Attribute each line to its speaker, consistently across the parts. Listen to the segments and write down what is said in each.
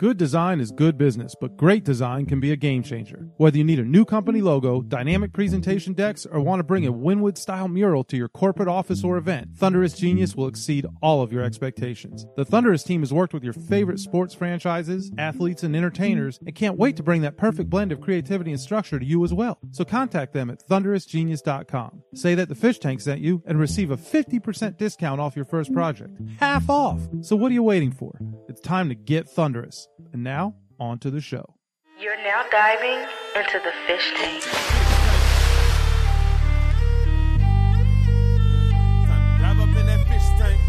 Speaker 1: Good design is good business, but great design can be a game changer. Whether you need a new company logo, dynamic presentation decks, or want to bring a Winwood style mural to your corporate office or event, Thunderous Genius will exceed all of your expectations. The Thunderous team has worked with your favorite sports franchises, athletes, and entertainers, and can't wait to bring that perfect blend of creativity and structure to you as well. So contact them at thunderousgenius.com. Say that the fish tank sent you and receive a 50% discount off your first project. Half off! So what are you waiting for? It's time to get thunderous. And now, on to the show.
Speaker 2: You're now diving into the fish tank.
Speaker 3: Time to dive up in that fish tank.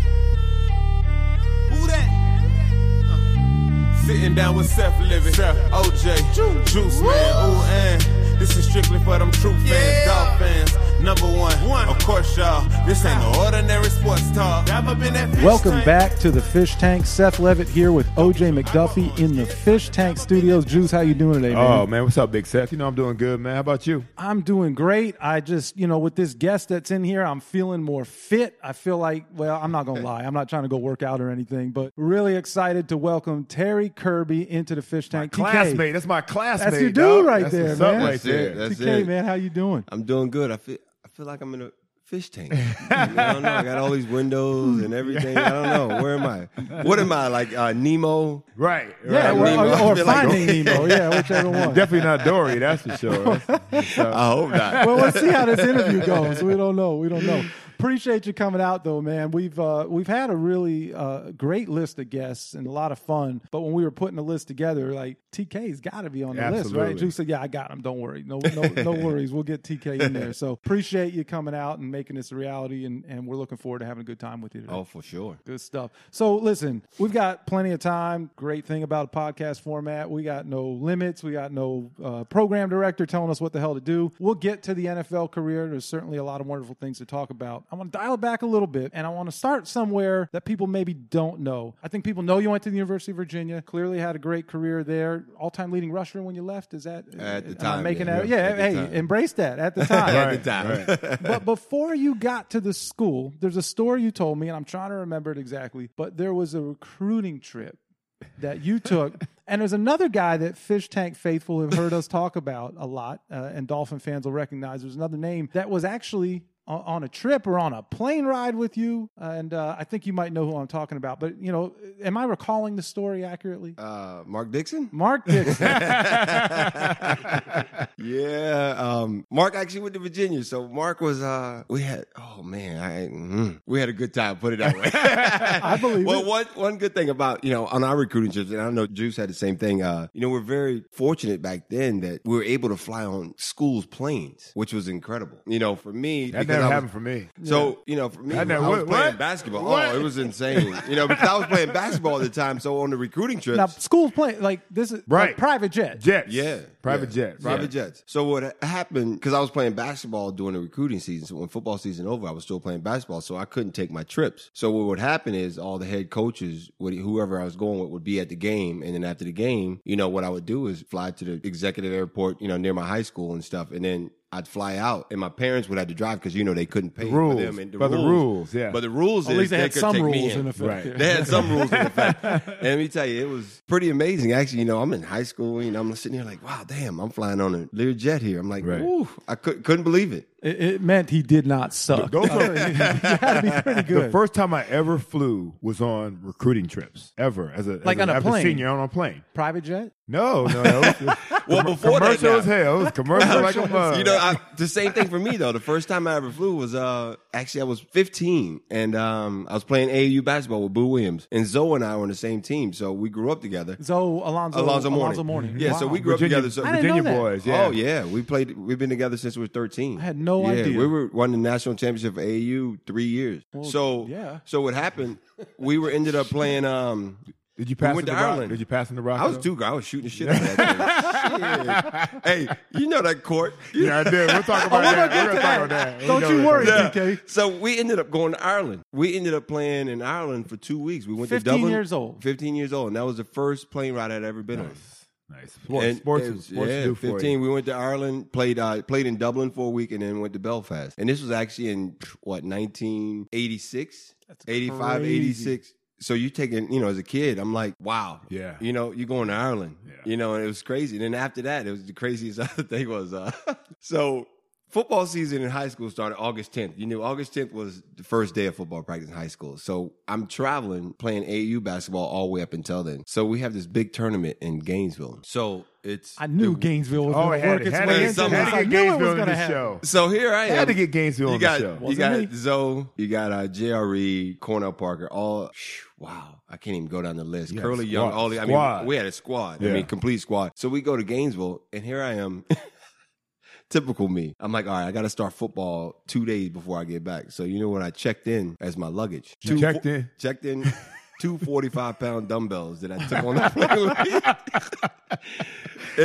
Speaker 3: Who that? Uh, Sitting down with Seth Living, Seth, OJ, Juice, Man, ooh, and this is strictly for them true fans, dog fans. Number one, of course, y'all. This ain't no ordinary sports talk. Dive up in that fish
Speaker 1: Welcome
Speaker 3: tank.
Speaker 1: back to the Fish Tank. Seth Levitt here with OJ McDuffie in the Fish Tank Studios. Juice, how you doing today, man?
Speaker 4: Oh man, what's up, Big Seth? You know I'm doing good, man. How about you?
Speaker 1: I'm doing great. I just, you know, with this guest that's in here, I'm feeling more fit. I feel like, well, I'm not gonna lie, I'm not trying to go work out or anything, but really excited to welcome Terry Kirby into the Fish Tank. TK,
Speaker 4: Classmate, that's my classmate.
Speaker 1: That's your dude
Speaker 4: dog.
Speaker 1: right
Speaker 4: That's
Speaker 1: there,
Speaker 4: what's up
Speaker 1: man.
Speaker 4: right
Speaker 5: That's
Speaker 4: there.
Speaker 5: it. That's
Speaker 1: TK,
Speaker 5: it.
Speaker 1: man, how you doing?
Speaker 5: I'm doing good. I feel I feel like I'm in a fish tank. I, mean, I don't know. I got all these windows and everything. I don't know. Where am I? What am I like? Uh, Nemo?
Speaker 4: Right.
Speaker 1: Yeah,
Speaker 4: right.
Speaker 1: or,
Speaker 5: Nemo. I
Speaker 1: or, or
Speaker 5: feel like-
Speaker 1: Finding Nemo, yeah, whichever one.
Speaker 4: Definitely not Dory, that's for sure. That's-
Speaker 5: I hope not.
Speaker 1: well, let's see how this interview goes. We don't know. We don't know. Appreciate you coming out though, man. We've uh, we've had a really uh, great list of guests and a lot of fun. But when we were putting the list together, like TK's got to be on the list, right?
Speaker 4: Absolutely.
Speaker 1: Drew said, "Yeah, I got him. Don't worry. No, no, no worries. We'll get TK in there." So appreciate you coming out and making this a reality, and, and we're looking forward to having a good time with you today.
Speaker 5: oh, for sure.
Speaker 1: Good stuff. So listen, we've got plenty of time. Great thing about a podcast format. We got no limits. We got no uh, program director telling us what the hell to do. We'll get to the NFL career. There's certainly a lot of wonderful things to talk about. I want to dial it back a little bit and I want to start somewhere that people maybe don't know. I think people know you went to the University of Virginia, clearly had a great career there. All time leading rusher when you left. Is that
Speaker 5: At the
Speaker 1: am I
Speaker 5: time,
Speaker 1: making
Speaker 5: yeah.
Speaker 1: that? Yeah,
Speaker 5: At the
Speaker 1: hey,
Speaker 5: time.
Speaker 1: embrace that at the time
Speaker 5: At the time.
Speaker 1: but before you got to the school, there's a story you told me, and I'm trying to remember it exactly. But there was a recruiting trip that you took, and there's another guy that Fish Tank faithful have heard us talk about a lot, uh, and Dolphin fans will recognize. There's another name that was actually o- on a trip or on a plane ride with you, and uh, I think you might know who I'm talking about. But you know, am I recalling the story accurately?
Speaker 5: Uh, Mark Dixon?
Speaker 1: Mark Dixon.
Speaker 5: Yeah, um, Mark actually went to Virginia. So Mark was uh, we had oh man, I mm, we had a good time. Put it that way. I
Speaker 1: believe
Speaker 5: Well,
Speaker 1: it.
Speaker 5: one one good thing about you know on our recruiting trips, and I know Juice had the same thing. Uh, you know, we're very fortunate back then that we were able to fly on schools' planes, which was incredible. You know, for me,
Speaker 4: that
Speaker 5: because
Speaker 4: never
Speaker 5: I was-
Speaker 4: happened for me.
Speaker 5: So you know, for me,
Speaker 4: I
Speaker 5: I,
Speaker 4: know.
Speaker 5: was
Speaker 4: What-
Speaker 5: playing
Speaker 4: what?
Speaker 5: basketball.
Speaker 4: What?
Speaker 5: Oh, it was insane. You know, because I was playing basketball at the time. So on the recruiting trips,
Speaker 1: now, school plane like this is
Speaker 4: Right.
Speaker 1: like private jet.
Speaker 4: Jets.
Speaker 5: yeah.
Speaker 4: Private
Speaker 5: yeah,
Speaker 4: jets.
Speaker 5: Private jets. So what happened, because I was playing basketball during the recruiting season. So when football season over, I was still playing basketball. So I couldn't take my trips. So what would happen is all the head coaches, would- whoever I was going with, would be at the game. And then after the game, you know, what I would do is fly to the executive airport, you know, near my high school and stuff. And then I'd fly out and my parents would have to drive because, you know, they couldn't pay
Speaker 4: rules.
Speaker 5: for them. And
Speaker 4: By the rules, yeah.
Speaker 5: But the rules
Speaker 1: At
Speaker 5: is
Speaker 1: least they had
Speaker 5: could
Speaker 1: some
Speaker 5: take me
Speaker 1: rules
Speaker 5: in.
Speaker 1: in effect.
Speaker 4: Right.
Speaker 1: there.
Speaker 5: They had some rules in effect. And let me tell you, it was pretty amazing. Actually, you know, I'm in high school, you know, I'm sitting here like, wow, damn, I'm flying on a Learjet here. I'm like,
Speaker 4: Right.
Speaker 5: ooh, I could, couldn't believe it.
Speaker 1: It, it meant he did not suck.
Speaker 4: Those are-
Speaker 1: you had to be pretty good.
Speaker 4: The first time I ever flew was on recruiting trips, ever as a
Speaker 1: Like
Speaker 4: as
Speaker 1: on a
Speaker 4: as
Speaker 1: plane?
Speaker 4: senior on a plane.
Speaker 1: private jet.
Speaker 4: No, no, no. It was-
Speaker 5: Well, before that,
Speaker 4: commercial
Speaker 5: now-
Speaker 4: as hell. It was commercial like a mug.
Speaker 5: you know, I, the same thing for me though. The first time I ever flew was uh actually I was 15 and um I was playing AAU basketball with Boo Williams and Zoe and I were on the same team, so we grew up together.
Speaker 1: Zoe Alonzo
Speaker 5: Alonzo Mourning.
Speaker 1: Mourning.
Speaker 5: Yeah, so
Speaker 1: Wow.
Speaker 5: we grew
Speaker 4: Virginia-
Speaker 5: up together. So
Speaker 1: I didn't
Speaker 4: Virginia
Speaker 1: know that.
Speaker 4: boys. Yeah.
Speaker 5: Oh yeah, we played. We've been together since we were thirteen.
Speaker 1: I had no
Speaker 5: Yeah,
Speaker 1: idea.
Speaker 5: We were won the national championship for AU three years. so
Speaker 1: yeah.
Speaker 5: So what happened? We were ended up playing. Um,
Speaker 4: Did you pass
Speaker 5: went
Speaker 4: in
Speaker 5: to
Speaker 4: the rock?
Speaker 5: Ireland.
Speaker 4: Did you pass in the rock?
Speaker 5: I was too. I was shooting the shit. Out of that thing. Shit. Hey, you know that court. You
Speaker 4: Yeah, I did. We'll talk about
Speaker 1: Oh, we're gonna
Speaker 4: that.
Speaker 1: get
Speaker 4: We're
Speaker 1: to
Speaker 4: gonna
Speaker 1: that.
Speaker 4: talk about that. We
Speaker 1: Don't
Speaker 4: know
Speaker 1: you
Speaker 4: that.
Speaker 1: worry,
Speaker 5: Yeah.
Speaker 1: DK.
Speaker 5: So we ended up going to Ireland. We ended up playing in Ireland for two weeks. We went
Speaker 1: 15
Speaker 5: to Dublin.
Speaker 1: years old.
Speaker 5: Fifteen years old, and that was the first plane ride I'd ever been on.
Speaker 4: Nice. Sports,
Speaker 5: And
Speaker 4: sports,
Speaker 5: it was-
Speaker 4: sports
Speaker 5: yeah,
Speaker 4: do for you.
Speaker 5: 15. We went to Ireland, played uh, played in Dublin for a week, and then went to Belfast. And this was actually in what 1986, 85,
Speaker 1: crazy.
Speaker 5: 86. So you taking, you know, as a kid, I'm like, wow,
Speaker 4: Yeah.
Speaker 5: you know, you going to Ireland,
Speaker 4: Yeah.
Speaker 5: you know, and it was crazy. And then after that, it was the craziest other thing was, uh, so football season in high school started August 10th. You knew August 10th was the first day of football practice in high school. So I'm traveling, playing AU basketball all the way up until then. So we have this big tournament in Gainesville. So it's
Speaker 1: I knew Gainesville was
Speaker 4: Oh,
Speaker 1: going
Speaker 4: it
Speaker 1: to
Speaker 4: had,
Speaker 1: work
Speaker 4: it
Speaker 1: its
Speaker 4: had,
Speaker 1: way
Speaker 4: to,
Speaker 1: into
Speaker 4: get-
Speaker 1: this.
Speaker 4: had
Speaker 1: I
Speaker 4: to get
Speaker 1: knew it
Speaker 4: Gainesville
Speaker 1: was
Speaker 4: on
Speaker 1: going to
Speaker 4: the
Speaker 1: happen.
Speaker 4: show.
Speaker 5: So here I am.
Speaker 4: Had to get Gainesville
Speaker 5: you
Speaker 4: on
Speaker 5: got,
Speaker 4: the show.
Speaker 5: You
Speaker 1: Wasn't
Speaker 5: got
Speaker 1: me.
Speaker 5: Zoe, you got uh, J.R.E., Cornell Parker, all, phew, wow, I can't even go down the list.
Speaker 4: Yeah,
Speaker 5: Curly
Speaker 4: squad-
Speaker 5: Young, all the, I
Speaker 4: squad.
Speaker 5: mean, we had a squad.
Speaker 4: Yeah.
Speaker 5: I mean, complete squad. So we go to Gainesville, and here I am. Typical me. I'm like, all right, I got to start football two days before I get back. So you know what? I checked in as my luggage.
Speaker 4: You
Speaker 5: Two
Speaker 4: checked
Speaker 5: fo-
Speaker 4: in?
Speaker 5: Checked in. Two 45 pound dumbbells that I took on the plane with me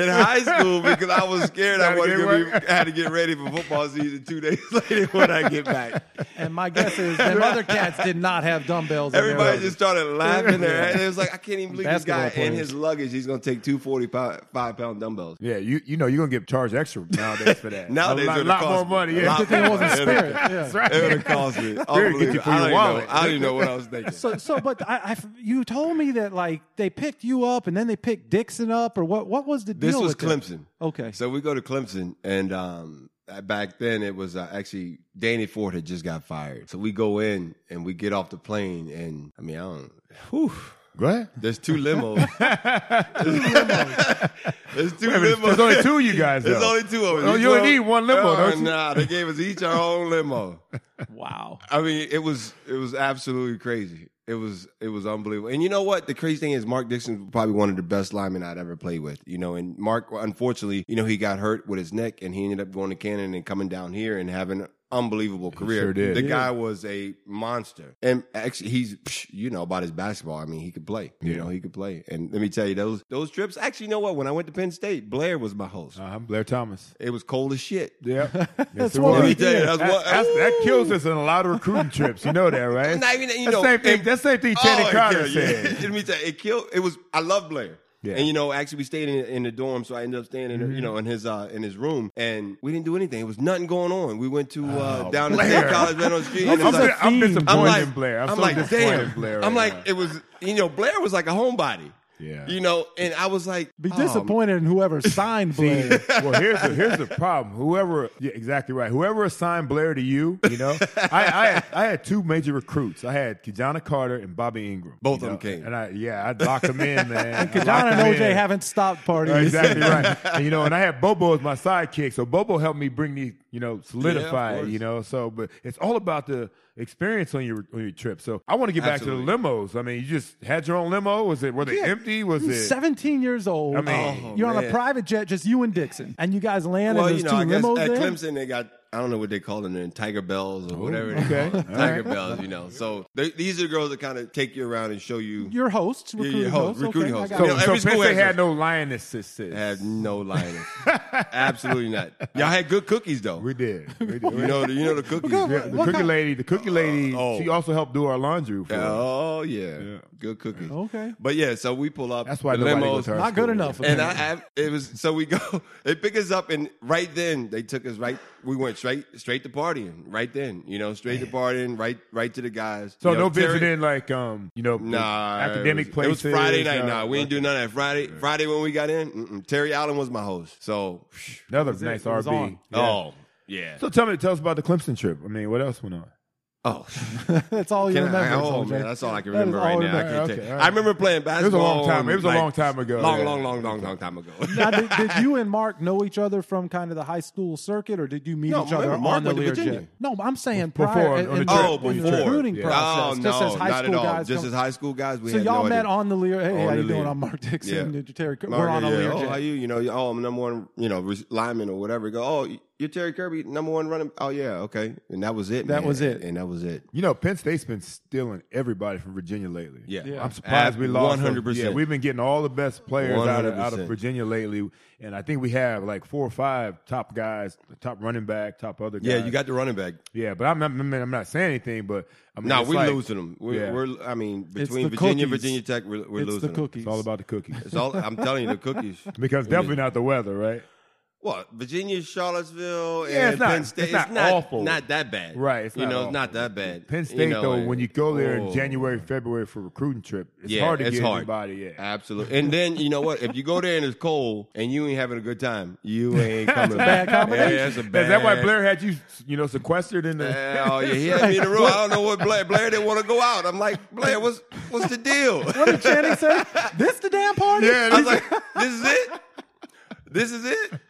Speaker 5: in high school because I was scared I
Speaker 4: Gotta
Speaker 5: wasn't
Speaker 4: get
Speaker 5: going to be
Speaker 4: work.
Speaker 5: I had to get ready for football season two days later when I get back.
Speaker 1: And my guess is them other cats did not have dumbbells. in their
Speaker 5: Everybody
Speaker 1: luggage.
Speaker 5: just started laughing there. And it was like, I can't even believe this guy
Speaker 1: Basketball
Speaker 5: and
Speaker 1: players.
Speaker 5: his luggage. He's going to take two 45 pound dumbbells.
Speaker 4: Yeah, you you know you're gonna get charged extra nowadays for that.
Speaker 5: Nowadays,
Speaker 4: a lot,
Speaker 5: it'd
Speaker 4: lot
Speaker 5: cost
Speaker 4: more
Speaker 5: me.
Speaker 4: money.
Speaker 5: A
Speaker 4: Yeah,
Speaker 5: lot
Speaker 1: Good thing it wasn't
Speaker 5: Everybody-
Speaker 1: spirit. Yeah.
Speaker 4: That's right.
Speaker 5: It would have cost me.
Speaker 4: Very good
Speaker 5: Unbelievable.
Speaker 4: for your
Speaker 5: I don't even
Speaker 4: wallet.
Speaker 5: know. I didn't know what I was thinking.
Speaker 1: So, so, but I, I- you told me that like they picked you up and then they picked Dixon up, or what? What was the deal?
Speaker 5: this was
Speaker 1: with them?
Speaker 5: Clemson.
Speaker 1: Okay,
Speaker 5: So we go to Clemson, and um, back then it was uh, actually Danny Ford had just got fired. So we go in and we get off the plane, and I mean, I don't. Whew,
Speaker 4: Go ahead.
Speaker 5: there's two limos. there's two
Speaker 4: There's
Speaker 5: limos.
Speaker 4: only two of you guys.
Speaker 5: There's
Speaker 4: though.
Speaker 5: only two of us.
Speaker 4: Oh,
Speaker 5: Each
Speaker 4: you only
Speaker 5: one-
Speaker 4: need one limo,
Speaker 5: Oh,
Speaker 4: don't you?
Speaker 5: Nah, they gave us each our own limo.
Speaker 1: wow.
Speaker 5: I mean, it was it was absolutely crazy. It was it was unbelievable. And you know what? The crazy thing is, Mark Dixon was probably one of the best linemen I'd ever played with. You know, and Mark, unfortunately, you know, he got hurt with his neck, and he ended up going to Cannon and coming down here and having. an Unbelievable career.
Speaker 4: sure did.
Speaker 5: The
Speaker 4: Yeah.
Speaker 5: guy was a monster, and actually, he's psh, you know about his basketball. I mean, he could play. You
Speaker 4: Yeah.
Speaker 5: know, he could play. And let me tell you, those those trips. Actually, you know what? When I went to Penn State, Blair was my host.
Speaker 4: Uh, I'm Blair Thomas.
Speaker 5: It was cold as shit.
Speaker 4: Yeah,
Speaker 1: That's what we
Speaker 5: did.
Speaker 4: That,
Speaker 5: That's what-
Speaker 4: that's- that
Speaker 5: Ooh.
Speaker 4: kills us in a lot of recruiting trips. You know that, right?
Speaker 5: Not even- you
Speaker 4: That's
Speaker 5: know,
Speaker 4: same thing.
Speaker 5: and-
Speaker 4: That same thing. Teddy
Speaker 5: it
Speaker 4: Carter
Speaker 5: killed, Oh, yeah.
Speaker 4: said.
Speaker 5: Let me tell you, it killed. It was. I love Blair.
Speaker 4: Yeah. Mm-hmm.
Speaker 5: And you know, actually, we stayed in, in the dorm, so I ended up staying in, you know, in his uh, in his room, and we didn't do anything. It was nothing going on. We went to uh,
Speaker 4: Oh,
Speaker 5: down to
Speaker 4: Blair.
Speaker 5: State College, right on the street. and
Speaker 4: I'm,
Speaker 5: it was
Speaker 4: di-
Speaker 5: like,
Speaker 4: I'm
Speaker 1: theme.
Speaker 4: disappointed
Speaker 5: I'm like,
Speaker 4: in Blair. I'm,
Speaker 5: I'm
Speaker 4: so
Speaker 5: like,
Speaker 4: disappointed
Speaker 5: damn.
Speaker 4: in Blair.
Speaker 5: I'm
Speaker 4: right
Speaker 5: like,
Speaker 4: now.
Speaker 5: it was. You know, Blair was like a homebody.
Speaker 4: Yeah.
Speaker 5: You know, and I was like,
Speaker 1: Be
Speaker 5: oh,
Speaker 1: disappointed in whoever signed Blair.
Speaker 4: well, here's the here's the problem. Whoever, yeah, exactly right. Whoever assigned Blair to you, you know, I I had, I had two major recruits. I had Kajana Carter and Bobby Ingram.
Speaker 5: Both
Speaker 4: you
Speaker 5: of
Speaker 4: know,
Speaker 5: them came.
Speaker 4: and I yeah, I locked them in, man. I
Speaker 1: John
Speaker 4: locked
Speaker 1: and
Speaker 4: 'em
Speaker 1: OJ
Speaker 4: in.
Speaker 1: haven't stopped parties.
Speaker 4: Exactly right. And, you know, and I had Bobo as my sidekick, so Bobo helped me bring these, you know, solidify.
Speaker 5: Yeah, of
Speaker 4: it,
Speaker 5: course.
Speaker 4: you know, so but it's all about the experience on your on your trip. So I want to get back to the limos. I mean, you just had your own limo. Was it were they
Speaker 1: Yeah.
Speaker 4: empty? Was it?
Speaker 1: 17 years old.
Speaker 4: I mean-
Speaker 1: you're on a
Speaker 5: man.
Speaker 1: private jet, just you and Dixon, and you guys land
Speaker 5: Well,
Speaker 1: in those
Speaker 5: you know,
Speaker 1: two
Speaker 5: I guess
Speaker 1: limos
Speaker 5: at
Speaker 1: there.
Speaker 5: Clemson they got I don't know what they call them, then Tiger Bells or whatever. they
Speaker 4: Oh, okay.
Speaker 5: call them.
Speaker 4: All
Speaker 5: Tiger Bells. You know, so they, these are the girls that kind of take you around and show you.
Speaker 1: Your host,
Speaker 5: Yeah,
Speaker 1: recruiting
Speaker 5: your host, recruiting
Speaker 1: okay, I
Speaker 5: host.
Speaker 1: got
Speaker 5: So-
Speaker 1: it.
Speaker 5: know,
Speaker 4: so
Speaker 5: every
Speaker 4: Penn
Speaker 5: school
Speaker 4: State
Speaker 5: has
Speaker 4: had no lionesses.
Speaker 5: had no liners. Absolutely not. Y'all had good cookies though.
Speaker 4: We did. We did.
Speaker 5: You know, the, you know the cookies.
Speaker 4: Yeah, the
Speaker 1: What
Speaker 4: cookie
Speaker 1: kind-
Speaker 4: lady, the cookie lady,
Speaker 5: oh.
Speaker 4: she also helped do our laundry. For us.
Speaker 5: Oh yeah. good cookies.
Speaker 1: Okay.
Speaker 5: but yeah, so we pull up.
Speaker 4: That's why
Speaker 5: the
Speaker 4: nobody
Speaker 5: limos,
Speaker 4: goes to her
Speaker 1: Not
Speaker 4: school.
Speaker 1: good enough.
Speaker 5: And I,
Speaker 1: apparently.
Speaker 5: I, it was so we go. They pick us up, and right then they took us right. We went straight, straight to partying. Right then, you know, straight to partying. Right, right to the guys.
Speaker 4: So
Speaker 5: You know,
Speaker 4: no
Speaker 5: Terry-
Speaker 4: visiting like um you know
Speaker 5: Nah,
Speaker 4: academic
Speaker 5: it was,
Speaker 4: places.
Speaker 5: It was Friday night.
Speaker 4: uh,
Speaker 5: Nah, we didn't do none of that. Friday, Friday when we got in, mm-mm. Terry Allen was my host. So,
Speaker 4: Another
Speaker 1: it.
Speaker 4: nice
Speaker 1: It was
Speaker 4: RB.
Speaker 1: on.
Speaker 4: Yeah.
Speaker 5: oh yeah.
Speaker 4: So tell me, tell us about the Clemson trip. I mean, what else went on?
Speaker 5: Oh,
Speaker 1: That's all you
Speaker 5: Can
Speaker 1: remember.
Speaker 5: I, oh
Speaker 1: OJ.
Speaker 5: man, that's all I can
Speaker 1: That is
Speaker 5: remember
Speaker 1: all
Speaker 5: right
Speaker 1: I
Speaker 5: now. I,
Speaker 1: remember.
Speaker 5: can't
Speaker 4: Okay,
Speaker 5: tell-
Speaker 4: all
Speaker 5: I
Speaker 4: right.
Speaker 5: remember playing
Speaker 4: was a
Speaker 5: basketball.
Speaker 4: long time- it was a
Speaker 5: like,
Speaker 4: long time ago,
Speaker 5: Long,
Speaker 4: yeah.
Speaker 5: long, long, long, long time ago.
Speaker 1: Now, did, did you and Mark know each other from kind of the high school circuit, or did you meet
Speaker 5: No,
Speaker 1: each other
Speaker 5: remember,
Speaker 1: on
Speaker 5: Mark
Speaker 1: the
Speaker 5: went to Virginia.
Speaker 1: Learjet? No, I'm saying
Speaker 4: Before,
Speaker 1: prior
Speaker 4: on
Speaker 1: in-
Speaker 4: the
Speaker 1: in
Speaker 4: trip.
Speaker 5: oh,
Speaker 1: in
Speaker 5: before
Speaker 1: the recruiting
Speaker 5: Yeah.
Speaker 1: process,
Speaker 5: Oh,
Speaker 1: just
Speaker 5: no,
Speaker 1: as high
Speaker 5: not
Speaker 1: school
Speaker 5: at all.
Speaker 1: guys.
Speaker 5: Just
Speaker 1: come-
Speaker 5: as high school guys. We
Speaker 1: so
Speaker 5: had
Speaker 1: y'all
Speaker 5: no
Speaker 1: met
Speaker 5: idea.
Speaker 1: on the Learjet. Hey, how
Speaker 5: On
Speaker 1: you
Speaker 5: the
Speaker 1: doing?
Speaker 5: Lear-
Speaker 1: I'm Mark Dixon.
Speaker 5: Yeah.
Speaker 1: Terry. Cr- We're
Speaker 5: Mark,
Speaker 1: on a
Speaker 5: yeah, Oh,
Speaker 1: Learjet.
Speaker 5: how you? You know, oh, I'm number one. You know, re- lineman or whatever. Go. Oh, you're Terry Kirby, number one running. Oh yeah, okay. And that was it.
Speaker 1: That
Speaker 5: man.
Speaker 1: was it.
Speaker 5: And that was it.
Speaker 4: You know, Penn State's been stealing everybody from Virginia lately.
Speaker 5: Yeah. Yeah.
Speaker 4: I'm surprised we lost. those-
Speaker 5: 100%.
Speaker 4: Yeah, we've been getting all the best players out of, out of
Speaker 5: 100%.
Speaker 4: Virginia lately, and I think we have like four or five top guys, top running back, top other guys.
Speaker 5: Yeah, you got the running back.
Speaker 4: Yeah, but I'm not, I mean, I'm not saying anything, but I mean,
Speaker 5: No,
Speaker 4: it's
Speaker 5: we're
Speaker 4: like-
Speaker 5: losing them. We're,
Speaker 4: Yeah.
Speaker 5: we're I mean,
Speaker 1: It's
Speaker 5: between
Speaker 1: the
Speaker 5: Virginia,
Speaker 1: cookies.
Speaker 5: Virginia Tech, we're, we're
Speaker 1: It's
Speaker 5: losing
Speaker 1: the
Speaker 5: them.
Speaker 1: cookies.
Speaker 4: It's all about the cookies.
Speaker 5: It's all. I'm telling you, the cookies.
Speaker 4: because
Speaker 5: It
Speaker 4: definitely
Speaker 5: is.
Speaker 4: not the weather, right?
Speaker 5: Well, Virginia, Charlottesville,
Speaker 4: Yeah,
Speaker 5: and
Speaker 4: it's not-
Speaker 5: Penn State.
Speaker 4: it's not awful.
Speaker 5: Not that bad,
Speaker 4: Right, it's
Speaker 5: you
Speaker 4: not
Speaker 5: know,
Speaker 4: awful.
Speaker 5: not that bad.
Speaker 4: Penn State,
Speaker 5: know,
Speaker 4: though,
Speaker 5: and-
Speaker 4: when you go there
Speaker 5: Oh.
Speaker 4: in January, February for a recruiting trip, it's
Speaker 5: Yeah,
Speaker 4: hard to
Speaker 5: it's
Speaker 4: get
Speaker 5: hard.
Speaker 4: anybody. Yeah,
Speaker 5: Absolutely. And then you know what? If you go there and it's cold and you ain't having a good time, you ain't
Speaker 4: That's
Speaker 5: coming
Speaker 4: a
Speaker 5: back.
Speaker 4: bad combination.
Speaker 5: Yeah, that's a bad.
Speaker 4: Is that why Blair had you, you know, sequestered in the?
Speaker 5: Hell yeah, he had me in the room. I don't know what Blair. Blair didn't want to go out. I'm like, Blair, what's what's the deal?
Speaker 1: What did Channing say? This the damn party?
Speaker 4: Yeah,
Speaker 5: I was like, this is it. This is it.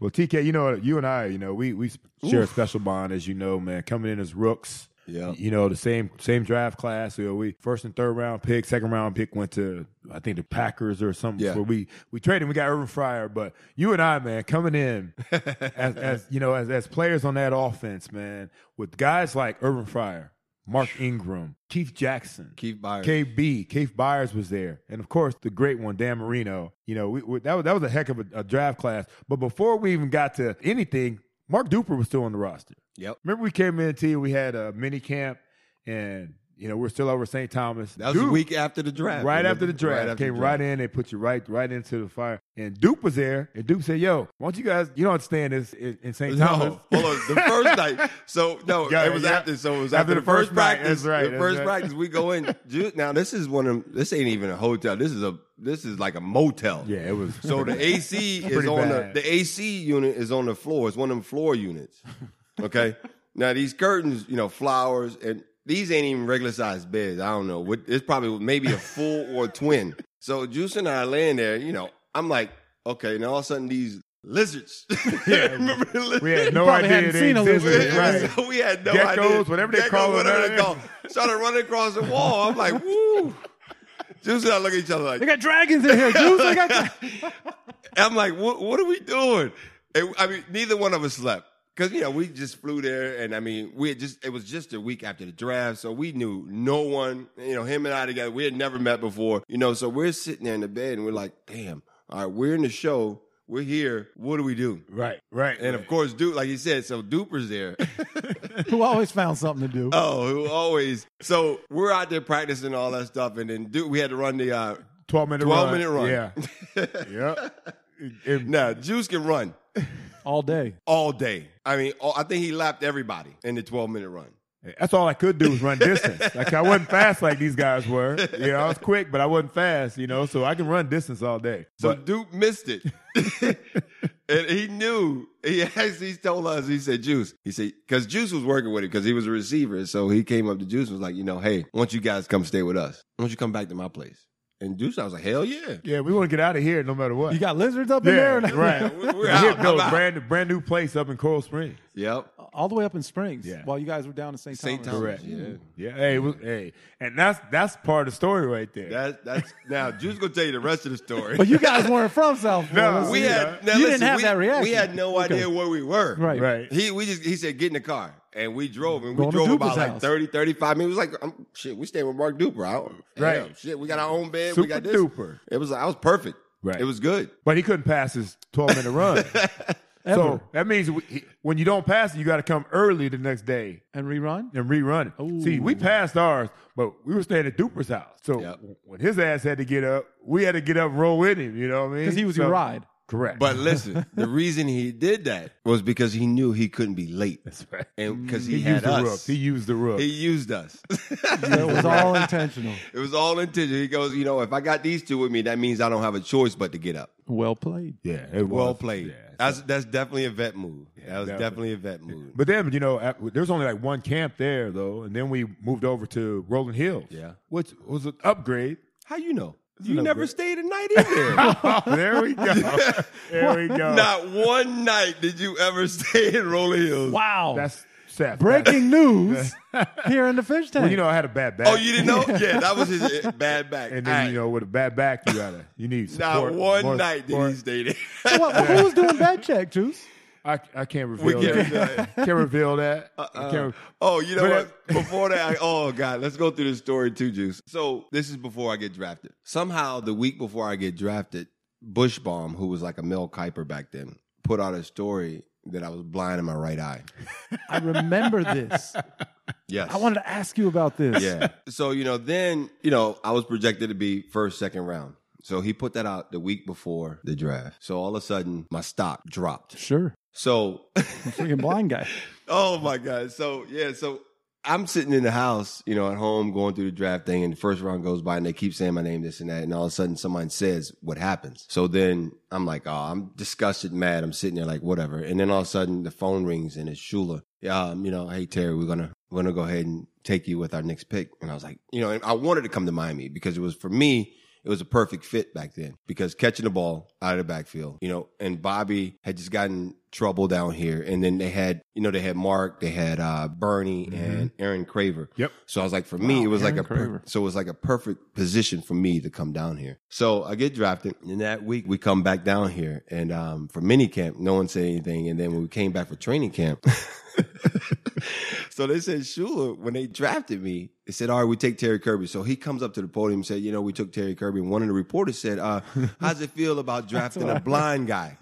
Speaker 4: Well, TK, you know, you and I, you know, we we share a special bond, as you know, man. Coming in as rooks,
Speaker 5: Yeah.
Speaker 4: You know, the same same draft class. You know, we first and third round pick, second round pick went to I think the Packers or something.
Speaker 5: Yeah.
Speaker 4: Where we we traded, we got Urban Fryer, but you and I, man, coming in as as you know as as players on that offense, man, with guys like Urban Fryer, Mark Ingram, Keith Jackson,
Speaker 5: Keith Byers.
Speaker 4: KB, Keith Byers was there, and of course the great one, Dan Marino. You know, we, we, that was that was a heck of a, a draft class. But before we even got to anything, Mark Duper was still on the roster.
Speaker 5: Yep.
Speaker 4: Remember, we came in T, we had a mini camp, and you know we're still over St. Thomas.
Speaker 5: That was the
Speaker 4: Duke,
Speaker 5: week after the draft.
Speaker 4: Right
Speaker 5: Remember?
Speaker 4: after the draft,
Speaker 5: after
Speaker 4: came
Speaker 5: the
Speaker 4: right
Speaker 5: draft.
Speaker 4: in. They put you right, right into the fire. And Duke was there, and Duke said, "Yo, why don't you guys? You don't understand this in, in St. Thomas.
Speaker 5: No, hold on. The first night. So no,
Speaker 4: Yeah,
Speaker 5: it was
Speaker 4: yeah.
Speaker 5: after. So it was after, the first,
Speaker 4: night,
Speaker 5: practice.
Speaker 4: that's right,
Speaker 5: The
Speaker 4: that's
Speaker 5: first
Speaker 4: right.
Speaker 5: practice, we go in. Ju- Now this is one of this ain't even a hotel. This is a this is like a motel.
Speaker 4: Yeah, it was.
Speaker 5: So the AC is
Speaker 4: Pretty
Speaker 5: on
Speaker 4: bad.
Speaker 5: the the AC unit is on the floor. It's one of them floor units. Okay. now these curtains, you know, flowers and these ain't even regular sized beds. I don't know. What it's probably maybe a full or a twin. So Juice and I are laying there, you know, I'm like, okay, and all of a sudden these lizards. Yeah. Remember the lizards?
Speaker 4: we had no
Speaker 1: probably
Speaker 4: idea
Speaker 1: hadn't
Speaker 4: they
Speaker 1: seen a
Speaker 4: existed.
Speaker 1: lizard.
Speaker 4: Right.
Speaker 5: So we had no
Speaker 4: Geckos,
Speaker 5: idea.
Speaker 4: whatever they call 'em
Speaker 5: whatever they
Speaker 4: now.
Speaker 5: call 'em. Started running across the wall. I'm like, woo. Juice and I look at each other like,
Speaker 1: They got dragons in here, Juice. They got dra-
Speaker 5: I'm like, what, what are we doing? And, I mean, neither one of us slept because you know we just flew there, and I mean, we had just it was just a week after the draft, so we knew no one. You know, him and I together, we had never met before. You know, so we're sitting there in the bed, and we're like, damn, all right, we're in the show, we're here. What do we do?
Speaker 4: Right, right.
Speaker 5: And of course, Duke, like he said, so Duper's there.
Speaker 1: who always found something to do.
Speaker 5: oh, who always. So we're out there practicing all that stuff, and then Duke, we had to run the uh,
Speaker 4: 12 minute
Speaker 5: 12
Speaker 4: run.
Speaker 5: minute run.
Speaker 4: Yeah. yep. And-
Speaker 5: now Juice can run.
Speaker 1: All day.
Speaker 5: all day. I mean, all, I think he lapped everybody in the 12 minute run.
Speaker 4: That's all I could do was run distance. Like I wasn't fast like these guys were. You know, I was quick, but I wasn't fast. You know, so I can run distance all day.
Speaker 5: So
Speaker 4: But
Speaker 5: Duke missed it. and he knew. He actually told us, he said, Juice. He said, because Juice was working with it because he was a receiver. So he came up to Juice and was like, you know, hey, why don't you guys come stay with us? Why don't you come back to my place? And Juice, I was like, hell yeah.
Speaker 4: yeah, we want to get out of here no matter what.
Speaker 1: You got lizards up in
Speaker 4: yeah,
Speaker 1: there? and-
Speaker 4: right.
Speaker 5: We're- we're
Speaker 4: We
Speaker 5: out.
Speaker 4: built
Speaker 5: I'm out.
Speaker 4: brand brand new place up in Coral Springs.
Speaker 5: Yep.
Speaker 1: All the way up in Springs
Speaker 4: Yeah.
Speaker 1: while you guys were down in St.
Speaker 5: St.
Speaker 1: Thomas.
Speaker 5: Thomas.
Speaker 4: Correct.
Speaker 5: Yeah.
Speaker 4: Yeah. Hey, we- hey, and that's that's part of the story right there.
Speaker 5: That, that's now Juice gonna tell you the rest of the story.
Speaker 1: But you guys weren't from South Florida.
Speaker 4: No,
Speaker 5: we
Speaker 4: Yeah.
Speaker 5: had now
Speaker 1: You didn't
Speaker 5: listen,
Speaker 1: have
Speaker 5: we-
Speaker 1: that reaction.
Speaker 5: We had no
Speaker 1: Okay.
Speaker 5: idea where we were.
Speaker 1: Right.
Speaker 4: right.
Speaker 5: He we just he said get in the car and we drove and we
Speaker 1: Going to
Speaker 5: drove
Speaker 1: Duper's
Speaker 5: about like
Speaker 1: house.
Speaker 5: 30, 35 minutes. It was like I'm, shit, we stayed with Mark Duper. I don't,
Speaker 4: Right.
Speaker 5: damn, shit, we got our own bed. we
Speaker 4: Super
Speaker 5: got this.
Speaker 4: duper.
Speaker 5: It was I was perfect.
Speaker 4: Right.
Speaker 5: It was good.
Speaker 4: But he couldn't pass his twelve minute run.
Speaker 1: Ever.
Speaker 4: so that means we, he- when you don't pass it, you got to come early the next day
Speaker 1: and rerun?
Speaker 4: and rerun it.
Speaker 1: Ooh.
Speaker 4: See, we passed ours, but we were staying at Duper's house. So
Speaker 5: Yep.
Speaker 4: when his ass had to get up, we had to get up and roll with him. You know what I mean?
Speaker 1: Because he was
Speaker 4: so,
Speaker 1: your ride.
Speaker 4: Correct.
Speaker 5: But listen, the reason he did that was because he knew he couldn't be late.
Speaker 4: that's right.
Speaker 5: And because he,
Speaker 4: He,
Speaker 5: had
Speaker 4: used the
Speaker 5: us.
Speaker 4: roof. He used the roof.
Speaker 5: He used us.
Speaker 1: It was all intentional.
Speaker 5: it was all intentional. He goes, you know, if I got these two with me, that means I don't have a choice but to get up.
Speaker 1: Well played.
Speaker 4: yeah, it
Speaker 5: Well
Speaker 4: was.
Speaker 5: played.
Speaker 4: Yeah, so-
Speaker 5: that's that's definitely a vet move. that was
Speaker 4: definitely.
Speaker 5: definitely a vet move.
Speaker 4: But then, you know, at- there's only like one camp there though, and then we moved over to Rolling Hills.
Speaker 5: Yeah.
Speaker 4: which was an upgrade.
Speaker 5: How you know? You
Speaker 4: no
Speaker 5: never
Speaker 4: good.
Speaker 5: stayed a night in there.
Speaker 4: Oh, there we go. There we go.
Speaker 5: Not one night did you ever stay in Rolling Hills.
Speaker 1: Wow.
Speaker 4: That's Seth.
Speaker 1: Breaking news here in the fish tank.
Speaker 4: Well, you know, I had a bad back.
Speaker 5: Oh, you didn't know? Yeah, that was his uh, bad back.
Speaker 4: And then
Speaker 5: All right.
Speaker 4: you know, with a bad back, you gotta you need
Speaker 5: not
Speaker 4: support,
Speaker 5: one
Speaker 4: more
Speaker 5: night
Speaker 4: support.
Speaker 5: did he stay there.
Speaker 1: So what, but who was doing bad check, Juice?
Speaker 4: I, I can't
Speaker 5: We
Speaker 4: reveal
Speaker 5: can't
Speaker 4: that.
Speaker 5: do it.
Speaker 4: can't reveal that. I can't
Speaker 5: oh, you know
Speaker 4: But, uh,
Speaker 5: what? Before that, I, oh god, let's go through this story too, Juice. So this is before I get drafted. Somehow, the week before I get drafted, Bushbaum, who was like a Mel Kiper back then, put out a story that I was blind in my right eye.
Speaker 1: I remember this.
Speaker 5: Yes,
Speaker 1: I wanted to ask you about this.
Speaker 5: Yeah. so you know, then you know, I was projected to be first, second round. So he put that out the week before the draft. So all of a sudden, my stock dropped.
Speaker 1: Sure.
Speaker 5: So,
Speaker 6: Freaking blind guy.
Speaker 5: oh my God. So, yeah. So I'm sitting in the house, you know, at home going through the draft thing, and the first round goes by and they keep saying my name, this and that. And all of a sudden, someone says what happens. So then I'm like, oh, I'm disgusted, mad. I'm sitting there like, whatever. And then all of a sudden, the phone rings and it's Shula. Yeah, um, you know, hey, Terry, we're going to. We're gonna go ahead and take you with our next pick. And I was like, you know, and I wanted to come to Miami because it was for me, it was a perfect fit back then because catching the ball out of the backfield, you know, and Bobby had just gotten trouble down here. And then they had, you know, they had Mark, they had uh, Bernie and Aaron Craver.
Speaker 4: Yep.
Speaker 5: So I was like, for me, it was like a
Speaker 1: Aaron
Speaker 5: per-
Speaker 1: Craver.
Speaker 5: so it was like a perfect position for me to come down here. So I get drafted, and that week we come back down here, and um, for mini camp, no one said anything, and then when we came back for training camp. So they said, sure. When they drafted me, they said, all right, we take Terry Kirby. So he comes up to the podium and said, you know, we took Terry Kirby. And one of the reporters said, uh, how's it feel about drafting a blind guy?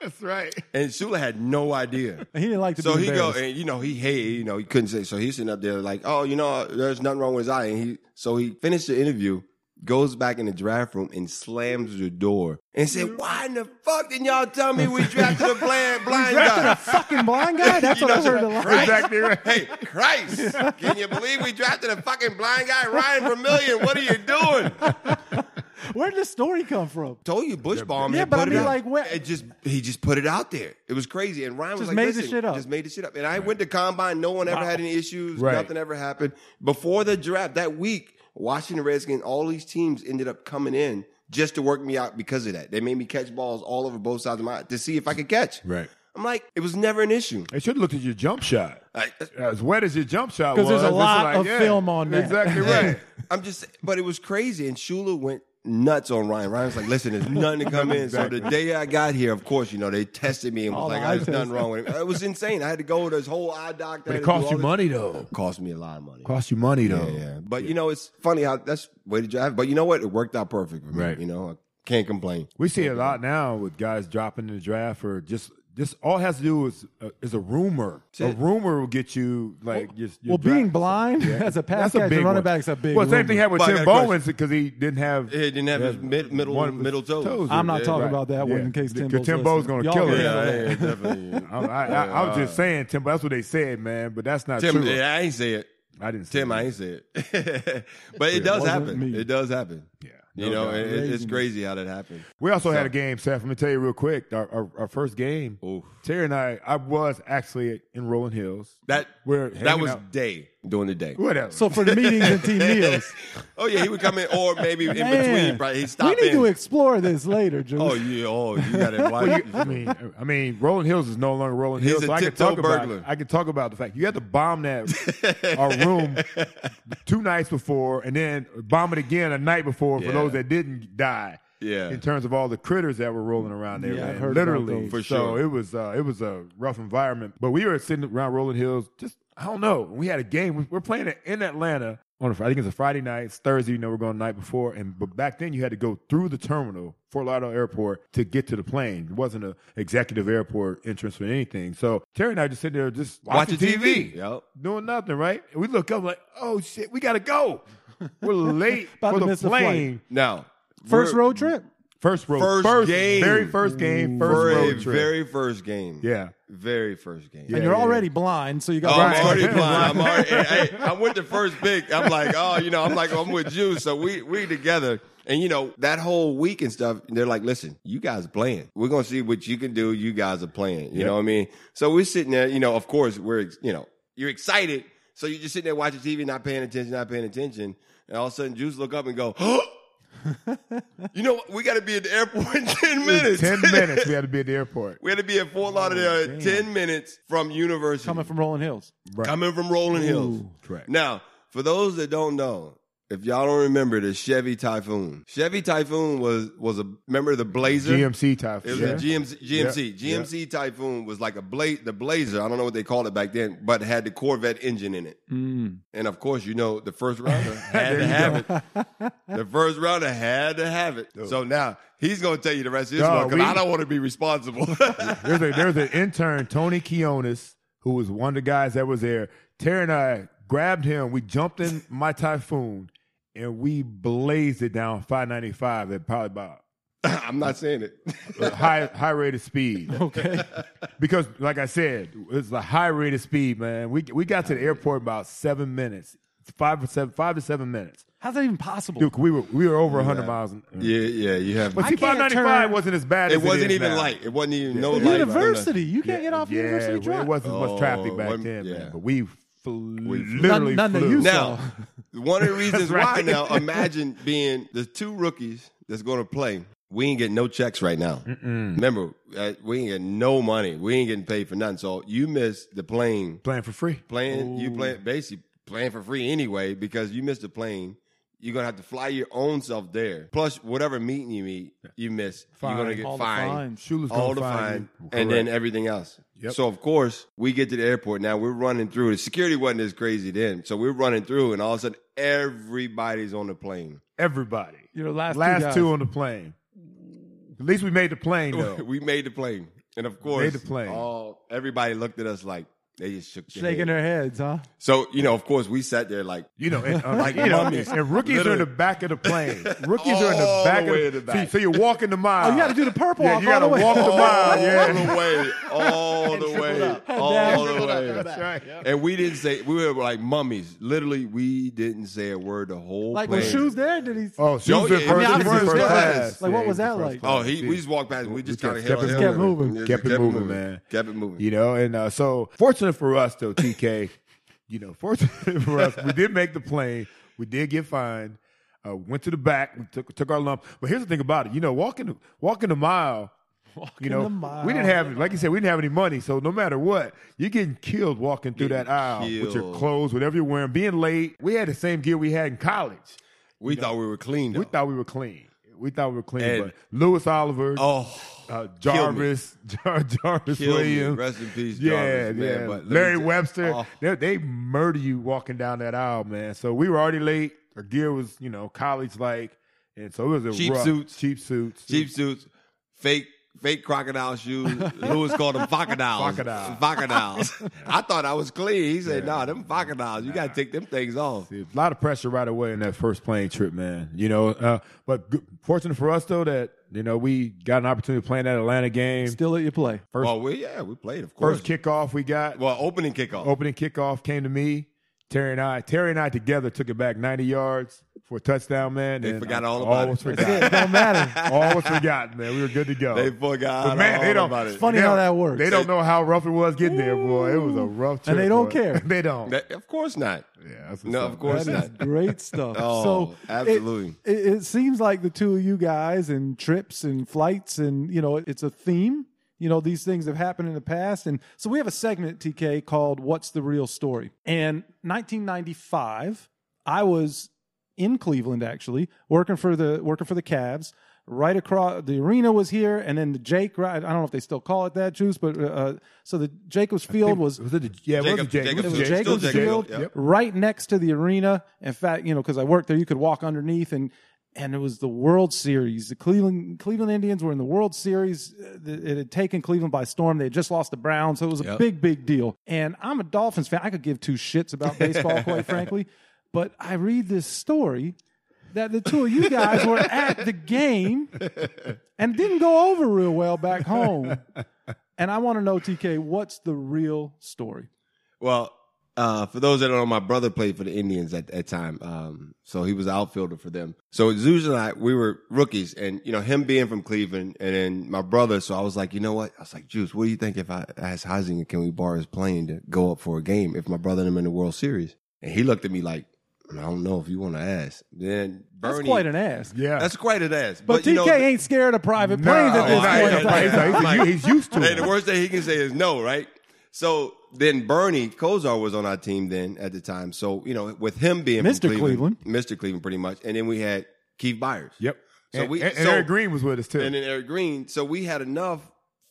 Speaker 4: That's right.
Speaker 5: And Shula had no idea.
Speaker 1: He didn't like to
Speaker 5: So
Speaker 1: be
Speaker 5: he go
Speaker 1: embarrassed.
Speaker 5: and you know he hey you know he couldn't say so he's sitting up there like oh you know there's nothing wrong with his eye and he so he finished the interview goes back in the draft room and slams the door and said why in the fuck didn't y'all tell me we drafted a blind blind guy
Speaker 1: Fucking blind guy? That's
Speaker 5: You
Speaker 1: what I
Speaker 5: know,
Speaker 1: heard a lot.
Speaker 5: Christ.
Speaker 4: Exactly right.
Speaker 5: Hey, Christ, can you believe we drafted a fucking blind guy, Ryan Vermillion? What are you doing?
Speaker 1: Where did this story come from?
Speaker 5: Told you, Bush bomb.
Speaker 1: Yeah,
Speaker 5: and
Speaker 1: but I
Speaker 5: put it
Speaker 1: mean,
Speaker 5: out.
Speaker 1: like, what-
Speaker 5: It just he just put it out there. It was crazy, and Ryan was
Speaker 1: Just
Speaker 5: like,
Speaker 1: made the
Speaker 5: "Listen,
Speaker 1: shit up."
Speaker 5: Just made the shit up." And I went to combine. No one ever had any issues.
Speaker 4: Right.
Speaker 5: Nothing ever happened before the draft that week. Washington Redskins, all these teams ended up coming in just to work me out because of that. They made me catch balls all over both sides of my to see if I could catch.
Speaker 4: Right.
Speaker 5: I'm like, it was never an issue.
Speaker 4: They should have looked at your jump shot.
Speaker 5: Like,
Speaker 4: As wet as your jump shot
Speaker 1: 'Cause
Speaker 4: was.
Speaker 1: there's a
Speaker 4: it's
Speaker 1: lot
Speaker 4: like,
Speaker 1: of
Speaker 4: yeah,
Speaker 1: film on that.
Speaker 4: Exactly right.
Speaker 5: I'm just, but it was crazy. And Shula went nuts on Ryan. Ryan was like, listen, there's nothing to come in. So the day I got here, of course, you know, they tested me and was
Speaker 1: All the
Speaker 5: like,
Speaker 1: eye
Speaker 5: there's nothing
Speaker 1: tests.
Speaker 5: wrong with him. It was insane. I had to go with this whole eye doctor.
Speaker 4: But it
Speaker 5: I had to
Speaker 4: cost
Speaker 5: do
Speaker 4: you
Speaker 5: all
Speaker 4: money,
Speaker 5: this-
Speaker 4: though.
Speaker 5: It cost me a lot of money.
Speaker 4: Cost you money,
Speaker 5: yeah,
Speaker 4: though.
Speaker 5: yeah. But, you know, it's funny how that's way to drive. But you know what? It worked out perfect for me.
Speaker 4: Right.
Speaker 5: You know, I can't complain.
Speaker 4: We see it a lot now with guys dropping in the draft or just just all it has to do is uh, is a rumor. a
Speaker 5: it.
Speaker 4: rumor will get you like your, your
Speaker 1: Well,
Speaker 4: draft.
Speaker 1: being blind as a pass catcher, running
Speaker 4: one.
Speaker 1: back's a big
Speaker 4: Well, same
Speaker 1: rumor.
Speaker 4: thing happened with
Speaker 5: But I
Speaker 4: Tim
Speaker 5: got a
Speaker 4: Bowens because he didn't have
Speaker 5: It didn't have his mid, middle,
Speaker 4: one of his
Speaker 5: middle toes.
Speaker 4: toes.
Speaker 1: I'm not
Speaker 4: Yeah,
Speaker 1: talking
Speaker 4: right.
Speaker 1: about that one
Speaker 4: Yeah.
Speaker 1: in case Tim
Speaker 4: Because
Speaker 1: Bo's
Speaker 4: Tim Bo's
Speaker 1: listening.
Speaker 4: gonna
Speaker 1: Y'all
Speaker 4: kill
Speaker 1: gonna
Speaker 4: it.
Speaker 1: handle
Speaker 5: Yeah,
Speaker 1: that.
Speaker 5: yeah, definitely.
Speaker 4: I, I, I, I was just saying, Tim. That's what they said, man. But that's not
Speaker 5: Tim,
Speaker 4: true.
Speaker 5: yeah, I ain't say it.
Speaker 4: I didn't. Say
Speaker 5: Tim,
Speaker 4: that.
Speaker 5: I ain't say it. but it does
Speaker 1: wasn't
Speaker 5: happen.
Speaker 1: me.
Speaker 5: It does happen.
Speaker 4: Yeah.
Speaker 5: You know, it, it- it's
Speaker 1: Craziness.
Speaker 5: crazy how that happened.
Speaker 4: We also had a game, Seth. Let me tell you real quick. Our, our, our first game,
Speaker 5: Oof.
Speaker 4: Terry and I, I was actually in Rolling Hills.
Speaker 5: That
Speaker 4: We're
Speaker 5: that
Speaker 4: hanging
Speaker 5: was
Speaker 4: out.
Speaker 5: day during the day.
Speaker 4: Whatever.
Speaker 1: So for the meetings and team meals,
Speaker 5: Oh yeah, he would come in, or maybe in
Speaker 1: man,
Speaker 5: between. Right, he
Speaker 1: we
Speaker 5: stopped
Speaker 1: need
Speaker 5: in.
Speaker 1: to explore this later, Juice.
Speaker 5: oh yeah, oh you got it.
Speaker 4: Well,
Speaker 5: Why-
Speaker 4: you- I mean, I mean, Rolling Hills is no longer Rolling
Speaker 5: He's
Speaker 4: Hills.
Speaker 5: a
Speaker 4: so I can
Speaker 5: tiptoe
Speaker 4: talk
Speaker 5: burglar.
Speaker 4: about. I can talk about the fact you had to bomb that our room two nights before, and then bomb it again a night before
Speaker 5: Yeah.
Speaker 4: for those that didn't die.
Speaker 5: Yeah.
Speaker 4: In terms of all the critters that were rolling around there,
Speaker 1: Yeah,
Speaker 4: man.
Speaker 1: I've heard about
Speaker 4: literally.
Speaker 1: those.
Speaker 5: For
Speaker 4: So
Speaker 5: sure.
Speaker 4: it was uh, it was a rough environment, but we were sitting around Rolling Hills. Just I don't know. We had a game. We- We're playing it in Atlanta on a Friday. I think it's a Friday night. It's Thursday. You know, we're going the night before. And but back then, you had to go through the terminal, Fort Lauderdale Airport, to get to the plane. It wasn't a executive airport entrance or anything. So Terry and I just sitting there just watching TV,
Speaker 5: Yep.
Speaker 4: doing nothing. Right? And we look up like, oh shit, we gotta go. We're late
Speaker 1: About
Speaker 4: for
Speaker 1: to
Speaker 4: the
Speaker 1: miss the flight.
Speaker 4: plane.
Speaker 5: Now
Speaker 1: First
Speaker 5: we're-
Speaker 1: road trip.
Speaker 4: First road,
Speaker 5: First game.
Speaker 4: very first game, first
Speaker 5: very,
Speaker 4: road trip.
Speaker 5: very first game.
Speaker 4: yeah.
Speaker 5: Very first game.
Speaker 1: and
Speaker 4: Yeah,
Speaker 1: you're
Speaker 4: yeah,
Speaker 1: already blind, so you
Speaker 5: Oh,
Speaker 1: got
Speaker 5: I'm
Speaker 4: Right.
Speaker 5: already
Speaker 4: Right.
Speaker 5: blind. I'm already. I, I went the first pick. I'm like, oh, you know, I'm like, I'm with you, so we we together. And you know that whole week and stuff, they're like, "Listen, you guys playing. We're gonna see what you can do. You guys are playing. You know what I mean?" So we're sitting there. You know, of course, we're ex- you know you're excited, so you're just sitting there watching TV, not paying attention, not paying attention, and all of a sudden, Juice look up and go, "You know, what? we got to be at the airport in ten minutes.
Speaker 4: Ten minutes Oh, we had to be at the airport.
Speaker 5: we had to be at Fort Lauderdale in
Speaker 1: damn.
Speaker 5: ten minutes from University
Speaker 1: coming from Rolling Hills.
Speaker 5: coming from Rolling Hills.
Speaker 1: Ooh.
Speaker 4: Correct.
Speaker 5: Now, for those that don't know, if y'all don't remember the Chevy Typhoon, Chevy Typhoon was was a remember the Blazer.
Speaker 4: GMC
Speaker 5: It was
Speaker 4: typhoon.
Speaker 5: a GMC. GMC,
Speaker 4: Yeah.
Speaker 5: GMC Typhoon was like a blade, the Blazer. I don't know what they called it back then, but it had the Corvette engine in it.
Speaker 1: Mm.
Speaker 5: And of course, you know the first rounder had
Speaker 4: There
Speaker 5: to
Speaker 4: you
Speaker 5: have it. The first rounder had to have it. So now he's gonna tell you the rest of this
Speaker 4: Dog,
Speaker 5: one because
Speaker 4: we-
Speaker 5: I don't want to be responsible.
Speaker 4: There's a there's an intern Tony Kionis who was one of the guys that was there. Terry and I grabbed him. We jumped in my typhoon and we blazed it down 595 at probably about
Speaker 5: I'm not saying it.
Speaker 4: a high high rate of speed
Speaker 1: Okay.
Speaker 4: because, like I said, it's a high rate of speed, man. We we got to the airport in about seven minutes, five or seven, five to seven minutes.
Speaker 1: How's that even possible?
Speaker 4: Dude, we were we were over 100 miles. An,
Speaker 5: yeah, yeah, you have.
Speaker 4: But
Speaker 1: I
Speaker 4: see,
Speaker 1: can't
Speaker 4: 595
Speaker 1: turn-
Speaker 4: wasn't as bad.
Speaker 5: It
Speaker 4: as
Speaker 5: wasn't
Speaker 4: is
Speaker 5: even
Speaker 4: now.
Speaker 5: light. It wasn't even no light.
Speaker 1: university. You can't get off
Speaker 4: yeah,
Speaker 1: University
Speaker 4: it-
Speaker 1: Drive.
Speaker 4: It wasn't as much
Speaker 5: Oh,
Speaker 4: traffic back
Speaker 5: one-
Speaker 4: then, man.
Speaker 5: yeah.
Speaker 4: But we, flew,
Speaker 5: flew.
Speaker 1: None-
Speaker 4: literally
Speaker 1: none that
Speaker 4: flew.
Speaker 1: you saw.
Speaker 5: Now, one of the reasons why
Speaker 4: right.
Speaker 5: now, imagine being the two rookies that's going to play. We ain't getting no checks right now. Remember, uh, we ain't getting no money. We ain't getting paid for nothing. So you missed the plane.
Speaker 4: playing for free.
Speaker 5: Playing, you playing, basically playing for free anyway because you missed the plane. You're going to have to fly your own self there. Plus, whatever meeting you meet, you miss. You're going to get
Speaker 1: All the
Speaker 5: fined
Speaker 1: fines.
Speaker 4: Shula's
Speaker 5: all
Speaker 4: gonna
Speaker 5: the fine,
Speaker 4: find you.
Speaker 5: and
Speaker 4: Correct.
Speaker 5: then everything else.
Speaker 4: Yep.
Speaker 5: So of course we get to the airport now. We're running through. The security wasn't as crazy then, so we're running through, and all of a sudden everybody's on the plane.
Speaker 4: everybody.
Speaker 1: You're the last,
Speaker 4: Last
Speaker 1: two, guys.
Speaker 4: two, on the plane. At least we made the plane though.
Speaker 5: we made the plane, and of course
Speaker 4: Made the plane.
Speaker 5: All everybody looked at us like they just shook their
Speaker 1: shaking
Speaker 5: head.
Speaker 1: their heads, huh?
Speaker 5: So you know, of course, we sat there like
Speaker 4: you know, and, uh,
Speaker 5: Like
Speaker 4: you know,
Speaker 5: mummies.
Speaker 4: and rookies are in the back of the plane. Rookies are in the
Speaker 5: All
Speaker 4: back
Speaker 5: the way
Speaker 4: of
Speaker 5: in the back.
Speaker 4: See, so you're walking the mile.
Speaker 1: Oh, you got to do the purple
Speaker 4: Yeah,
Speaker 1: off
Speaker 4: you
Speaker 1: all
Speaker 4: gotta
Speaker 1: the way.
Speaker 4: walk the mile.
Speaker 5: all
Speaker 4: Oh, Yeah,
Speaker 5: the way, all the way, all the way.
Speaker 4: that's right.
Speaker 5: And we didn't say we were like mummies. Literally, we didn't say a word the whole
Speaker 1: Like
Speaker 5: plane.
Speaker 1: was shoes there? Did he?
Speaker 4: Oh, she was
Speaker 5: yeah,
Speaker 4: in
Speaker 5: I mean,
Speaker 4: first, she was
Speaker 5: I
Speaker 4: in
Speaker 5: was in
Speaker 4: first
Speaker 5: first
Speaker 4: class.
Speaker 1: class. Like, what
Speaker 4: Yeah,
Speaker 1: was
Speaker 4: she
Speaker 1: that
Speaker 4: in first
Speaker 1: like?
Speaker 5: Oh,
Speaker 4: class.
Speaker 5: he, we just walked past and we just
Speaker 4: kept-
Speaker 5: kind of
Speaker 4: kept it
Speaker 1: kept moving.
Speaker 4: Kept it moving, man.
Speaker 5: Kept it moving.
Speaker 4: You know, and uh, so fortunate for us though, TK. you know, fortunate for us, we did make the plane. We did get fined. Uh, went to the back. We took took our lump. But here's the thing about it. You know, walking walking a mile. you know,
Speaker 1: a mile.
Speaker 4: we didn't have like you said, we didn't have any money. So no matter what, you're getting killed walking through that aisle with your
Speaker 5: killed.
Speaker 4: clothes, whatever you're wearing, being late. We had the same gear we had in college.
Speaker 5: We thought we were clean.
Speaker 4: We thought we were clean. We thought we were clean.
Speaker 5: And-
Speaker 4: but Lewis Oliver,
Speaker 5: oh,
Speaker 4: uh,
Speaker 5: kill me.
Speaker 4: Jarvis, Jar- Jarvis
Speaker 5: Kill me.
Speaker 4: Williams.
Speaker 5: Rest in peace,
Speaker 4: Yeah,
Speaker 5: Jarvis, man,
Speaker 4: yeah.
Speaker 5: but let me
Speaker 4: Larry
Speaker 5: tell-
Speaker 4: Webster.
Speaker 5: Oh.
Speaker 4: They, they murder you walking down that aisle, man. So we were already late. Our gear was, you know, college like. And so it was a
Speaker 5: Cheap
Speaker 4: rough-
Speaker 5: suits.
Speaker 4: Cheap suits.
Speaker 5: cheap suits, fake fake crocodile shoes. Lewis called them crocodiles.
Speaker 4: Crocodile.
Speaker 5: Crocodiles. I thought I was clean. He said, "Nah, them crocodiles. You got to take them things off."
Speaker 4: A lot of pressure right away in that first plane trip, man. You know, uh, but good, fortunate for us, though, that, you know, we got an opportunity to play in that Atlanta game.
Speaker 1: Still at your play.
Speaker 4: First-
Speaker 5: oh, well, yeah, we played, of course.
Speaker 4: First kickoff we got.
Speaker 5: well, opening kickoff.
Speaker 4: opening kickoff came to me. Terry and I, Terry and I together took it back 90 yards for a touchdown, man.
Speaker 5: They
Speaker 4: and
Speaker 5: forgot
Speaker 4: I
Speaker 5: all about
Speaker 4: always
Speaker 5: it.
Speaker 4: Forgot.
Speaker 1: Don't matter.
Speaker 4: always forgot, man. We were good to go.
Speaker 5: They forgot
Speaker 4: But man,
Speaker 5: all
Speaker 4: they don't.
Speaker 5: about it. It's
Speaker 1: funny
Speaker 4: they
Speaker 1: how
Speaker 4: don't-
Speaker 1: that works.
Speaker 4: They don't know how rough it was getting there, boy. It was a rough trip.
Speaker 1: And they don't
Speaker 4: boy.
Speaker 1: care.
Speaker 4: they don't.
Speaker 5: That- of course not.
Speaker 4: yeah, that's what's
Speaker 5: No,
Speaker 4: up,
Speaker 5: of course
Speaker 4: man.
Speaker 1: That is
Speaker 5: not.
Speaker 1: great stuff.
Speaker 5: Oh,
Speaker 1: so it-
Speaker 5: absolutely.
Speaker 1: It, it seems like the two of you guys and trips and flights and you know it's a theme. You know these things have happened in the past, and so we have a segment TK called "What's the Real Story." And 1995, I was in Cleveland actually working for the working for the Cavs. Right across the arena was here, and then the Jake. Right, I don't know if they still call it that, Juice, but uh, so the Jacobs Field was
Speaker 4: was it the, yeah, it was
Speaker 5: Jacob-
Speaker 4: the Jacob. It
Speaker 5: Jacob
Speaker 1: it
Speaker 4: was
Speaker 1: was
Speaker 4: the
Speaker 5: Jacob.
Speaker 4: Jacob.
Speaker 5: Still
Speaker 1: Jacobs
Speaker 5: Jacob,
Speaker 1: Field,
Speaker 5: yep.
Speaker 1: right next to the arena. In fact, you know, because I worked there, you could walk underneath, and and it was the World Series. The Cleveland Cleveland Indians were in the World Series. Uh, It had taken Cleveland by storm. They had just lost the Browns, so it was a big, big deal. And I'm a Dolphins fan. I could give two shits about baseball, quite frankly. But I read this story that the two of you guys were at the game and it didn't go over real well back home. And I want to know, TK, what's the real story?
Speaker 5: Well, uh, for those that don't know, my brother played for the Indians at that time. Um, so he was an outfielder for them. So Zeus and I, we were rookies and, you know, him being from Cleveland and then my brother. So I was like, you know what? I was like, Juice, what do you think if I ask Heisinger, can we borrow his plane to go up for a game if my brother and him in the World Series? And he looked at me like, I don't know if you want to ask. Then Bernie.
Speaker 1: That's quite an ass.
Speaker 4: Yeah.
Speaker 5: That's quite an ass.
Speaker 1: But,
Speaker 5: you
Speaker 1: TK
Speaker 5: know,
Speaker 1: ain't scared of private
Speaker 4: No,
Speaker 1: planes
Speaker 4: he's
Speaker 1: at this
Speaker 5: nah,
Speaker 1: point.
Speaker 5: yeah,
Speaker 1: in
Speaker 5: yeah,
Speaker 1: time.
Speaker 5: yeah.
Speaker 4: not- he's- He's used to
Speaker 5: Hey, the
Speaker 4: it.
Speaker 5: worst thing he can say is no, right? So then Bernie Kozar was on our team then at the time. So, you know, with him being from
Speaker 1: Mr. Cleveland.
Speaker 5: Mr. Cleveland pretty much. And then we had Keith Byers.
Speaker 4: Yep.
Speaker 5: So
Speaker 4: and,
Speaker 5: we-
Speaker 4: and
Speaker 5: so-
Speaker 4: Eric Green was with us too.
Speaker 5: And then Eric Green. So we had enough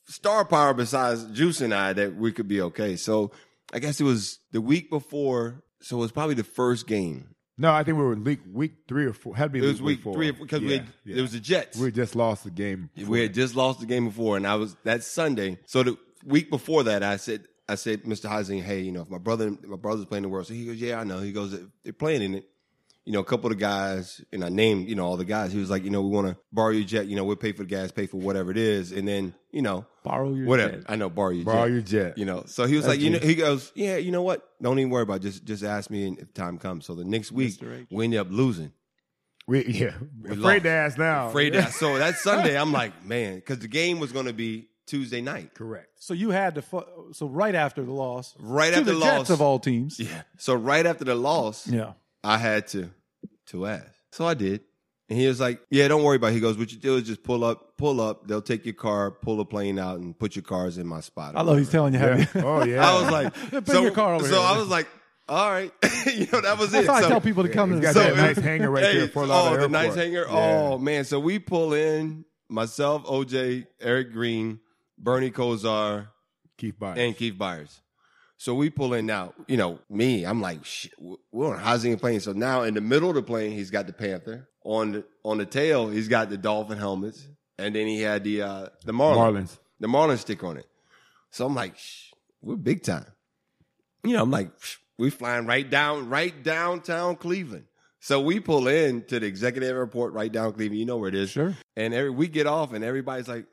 Speaker 5: star power besides Juice and I that we could be okay. So I guess it was the week before. So it was probably the first game.
Speaker 4: no, I think we were in week week three or four. Had to be
Speaker 5: It was week
Speaker 4: four.
Speaker 5: three because we
Speaker 4: Yeah,
Speaker 5: had,
Speaker 4: yeah.
Speaker 5: it was the Jets.
Speaker 4: we just lost the game.
Speaker 5: We had just lost the game before, and I was that Sunday. So the week before that, I said, I said, Mr. Heising, hey, you know, if my brother, my brother's playing the World, so he goes, yeah, I know. He goes, they're playing in it. you know, a couple of the guys, and I named, you know, all the guys. He was like, you know, we want to borrow your jet. You know, we'll pay for the gas, pay for whatever it is, and then you know,
Speaker 1: Borrow your
Speaker 5: whatever.
Speaker 1: jet.
Speaker 5: I know, borrow your
Speaker 4: Borrow
Speaker 5: jet.
Speaker 4: your jet.
Speaker 5: You know, so he was like, you know, he goes, yeah, you know what? Don't even worry about it. just just ask me if time comes. So the next week
Speaker 1: Mr. H.
Speaker 5: we ended up losing.
Speaker 4: We, yeah. afraid
Speaker 5: lost.
Speaker 4: to ask now.
Speaker 5: Afraid that. So that Sunday, I'm like, man, because the game was going to be Tuesday night.
Speaker 4: Correct.
Speaker 1: So you had to. Fu- so right after the loss,
Speaker 5: Right
Speaker 1: to
Speaker 5: after
Speaker 1: the
Speaker 5: the loss.
Speaker 1: Jets of all teams.
Speaker 5: Yeah. So right after the loss,
Speaker 1: Yeah.
Speaker 5: I had to to ask. So I did. And he was like, Yeah, don't worry about it. He goes, What you do is just pull up, pull up, they'll take your car, pull the plane out, and put your cars in my spot. or
Speaker 1: I love he's
Speaker 5: whatever."
Speaker 1: telling you how
Speaker 4: Yeah.
Speaker 1: to.
Speaker 4: Oh yeah.
Speaker 5: I was like,
Speaker 1: Bring
Speaker 5: so,
Speaker 1: your car over
Speaker 5: so
Speaker 1: here.
Speaker 5: I was like, All right. you know, that was
Speaker 1: That's
Speaker 5: it.
Speaker 1: how I
Speaker 5: So-
Speaker 1: tell people to come
Speaker 4: he's
Speaker 1: to
Speaker 4: got
Speaker 1: the
Speaker 4: that
Speaker 1: show.
Speaker 4: nice hanger right there.
Speaker 5: Hey,
Speaker 4: at
Speaker 5: oh,
Speaker 4: Fort Lauderdale
Speaker 5: the
Speaker 4: Airport.
Speaker 5: nice hanger. Oh man. So we pull in myself, OJ, Eric Green, Bernie Kozar,
Speaker 4: Keith Byers.
Speaker 5: and Keith Byers. So we pull in now. You know, me, I'm like, shit, we're on a housing plane. So now in the middle of the plane, he's got the Panther. On the, on the tail, he's got the Dolphin helmets. And then he had the uh, the Marlin,
Speaker 4: Marlins.
Speaker 5: the Marlin stick on it. So I'm like, shh, we're big time. You know, I'm like, psh, we flying right down, right downtown Cleveland. So we pull in to the executive airport right down Cleveland. You know where it is.
Speaker 1: Sure.
Speaker 5: And every, we get off, and everybody's like,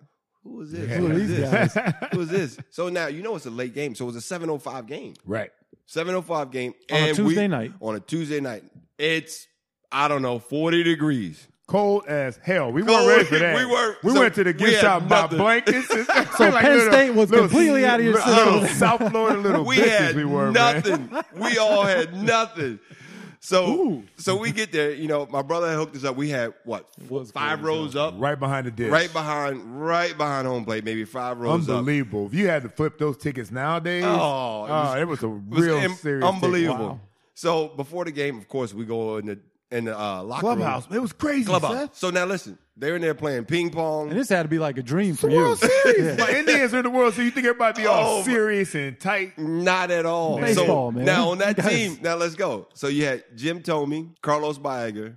Speaker 5: who is this?
Speaker 1: Who are these
Speaker 5: this?
Speaker 1: guys?
Speaker 5: Who is this? So now you know it's a late game. So it was a seven oh five game,
Speaker 4: Right.
Speaker 5: seven oh five game
Speaker 1: On a
Speaker 5: and we-
Speaker 1: Tuesday night.
Speaker 5: On a Tuesday night, it's I don't know forty degrees.
Speaker 4: Cold as hell. We
Speaker 5: Cold.
Speaker 4: weren't ready for that.
Speaker 5: We weren't.
Speaker 4: We
Speaker 5: So
Speaker 4: went to the
Speaker 5: we
Speaker 4: gift
Speaker 5: had
Speaker 4: shop and bought
Speaker 5: nothing.
Speaker 4: blankets. so
Speaker 1: Penn State was completely out of your
Speaker 5: system.
Speaker 4: Little South Florida little
Speaker 5: We
Speaker 4: bitches
Speaker 5: had
Speaker 4: we were, man.
Speaker 5: nothing. we all had nothing. So so we get there. You know, my brother had hooked us up. We had what
Speaker 1: was
Speaker 5: five rows up,
Speaker 4: Right behind the dish.
Speaker 5: right behind, right behind home plate, maybe five rows up.
Speaker 4: Unbelievable. If you had to flip those tickets nowadays,
Speaker 5: Oh,
Speaker 4: oh,
Speaker 5: it
Speaker 4: it
Speaker 5: was-
Speaker 4: was, a
Speaker 5: It was
Speaker 4: real
Speaker 5: im-
Speaker 4: serious ticket.
Speaker 5: unbelievable.
Speaker 4: Wow.
Speaker 5: So before the game, of course, we go in the in the uh, locker
Speaker 4: Clubhouse.
Speaker 5: room.
Speaker 4: It was crazy.
Speaker 5: Clubhouse.
Speaker 4: Seth.
Speaker 5: So now listen, they're in there playing ping pong.
Speaker 1: And this had to be like a dream for you.
Speaker 4: World Series. But Indians are in the World, so you think everybody be all
Speaker 5: Oh, my-
Speaker 4: serious and tight.
Speaker 5: Not at all.
Speaker 1: Baseball,
Speaker 5: so,
Speaker 1: man.
Speaker 5: Now on that
Speaker 1: Guys.
Speaker 5: team, now let's go. So you had Jim Tomey, Carlos Biager,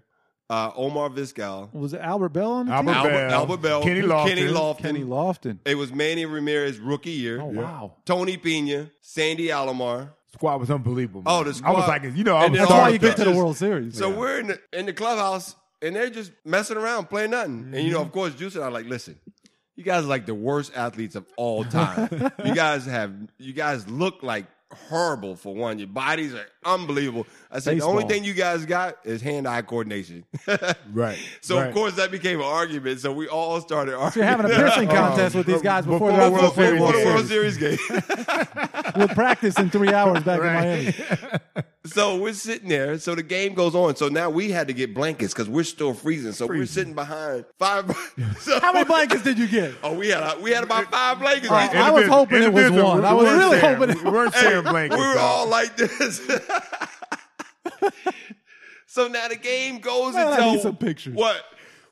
Speaker 5: uh, Omar Vizcal,
Speaker 1: Was it Albert Bell on the team?
Speaker 4: Albert
Speaker 5: Albert,
Speaker 4: Bell,
Speaker 5: Albert Bell,
Speaker 4: Kenny Lofton.
Speaker 5: Kenny Lofton.
Speaker 1: Kenny Lofton.
Speaker 5: It was Manny Ramirez rookie year.
Speaker 1: Oh wow.
Speaker 5: Tony Pena, Sandy Alomar.
Speaker 4: Squad was unbelievable. man.
Speaker 5: Oh, the
Speaker 4: I was like,
Speaker 5: squad.
Speaker 4: you know, I
Speaker 5: And
Speaker 4: was
Speaker 5: then
Speaker 1: That's
Speaker 5: all
Speaker 1: why
Speaker 5: the
Speaker 1: you get to the
Speaker 5: pitchers.
Speaker 1: World Series.
Speaker 5: So we're in the, in the clubhouse and they're just messing around, playing nothing. And you know, of course, Juice and I are like, listen, you guys are like the worst athletes of all time. you guys have, you guys look like horrible for one. Your bodies are unbelievable. I said the only
Speaker 1: Baseball.
Speaker 5: thing you guys got is hand-eye coordination.
Speaker 4: Right.
Speaker 5: So
Speaker 4: right.
Speaker 5: of course that became an argument. So we all started arguing.
Speaker 1: So you're having a pissing contest with these guys before,
Speaker 4: Before
Speaker 1: the World
Speaker 5: Before-
Speaker 1: Series.
Speaker 5: before the
Speaker 4: World
Speaker 5: World Series game.
Speaker 1: We'll practice in three hours back in Miami.
Speaker 5: So we're sitting there. So the game goes on. So now we had to get blankets because we're still freezing. So we're sitting behind five. So
Speaker 1: How many blankets did you get?
Speaker 5: Oh, we had we had about five blankets.
Speaker 1: All right,
Speaker 5: We-
Speaker 1: I was hoping it was
Speaker 4: Individual-
Speaker 1: one. I
Speaker 4: we
Speaker 1: was
Speaker 4: weren't
Speaker 1: really
Speaker 4: sharing-
Speaker 1: hoping it
Speaker 4: we weren't
Speaker 5: Hey,
Speaker 4: sharing blankets.
Speaker 5: we were
Speaker 4: though.
Speaker 5: all like this. so now the game goes
Speaker 1: Man, I
Speaker 5: until
Speaker 1: need some pictures.
Speaker 5: What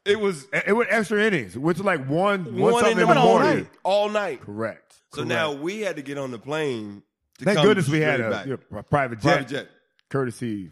Speaker 5: it was
Speaker 4: It was extra innings, which was like one, one,
Speaker 5: one in
Speaker 4: something in
Speaker 5: the
Speaker 4: the
Speaker 1: all
Speaker 5: morning,
Speaker 4: morning.
Speaker 5: all night.
Speaker 4: Correct.
Speaker 5: So
Speaker 4: Correct.
Speaker 5: now we had to get on the plane. To
Speaker 4: thank
Speaker 5: come
Speaker 4: goodness we had
Speaker 5: straight
Speaker 4: a,
Speaker 5: back.
Speaker 4: yeah, pri- private, jet,
Speaker 5: private jet.
Speaker 4: courtesy.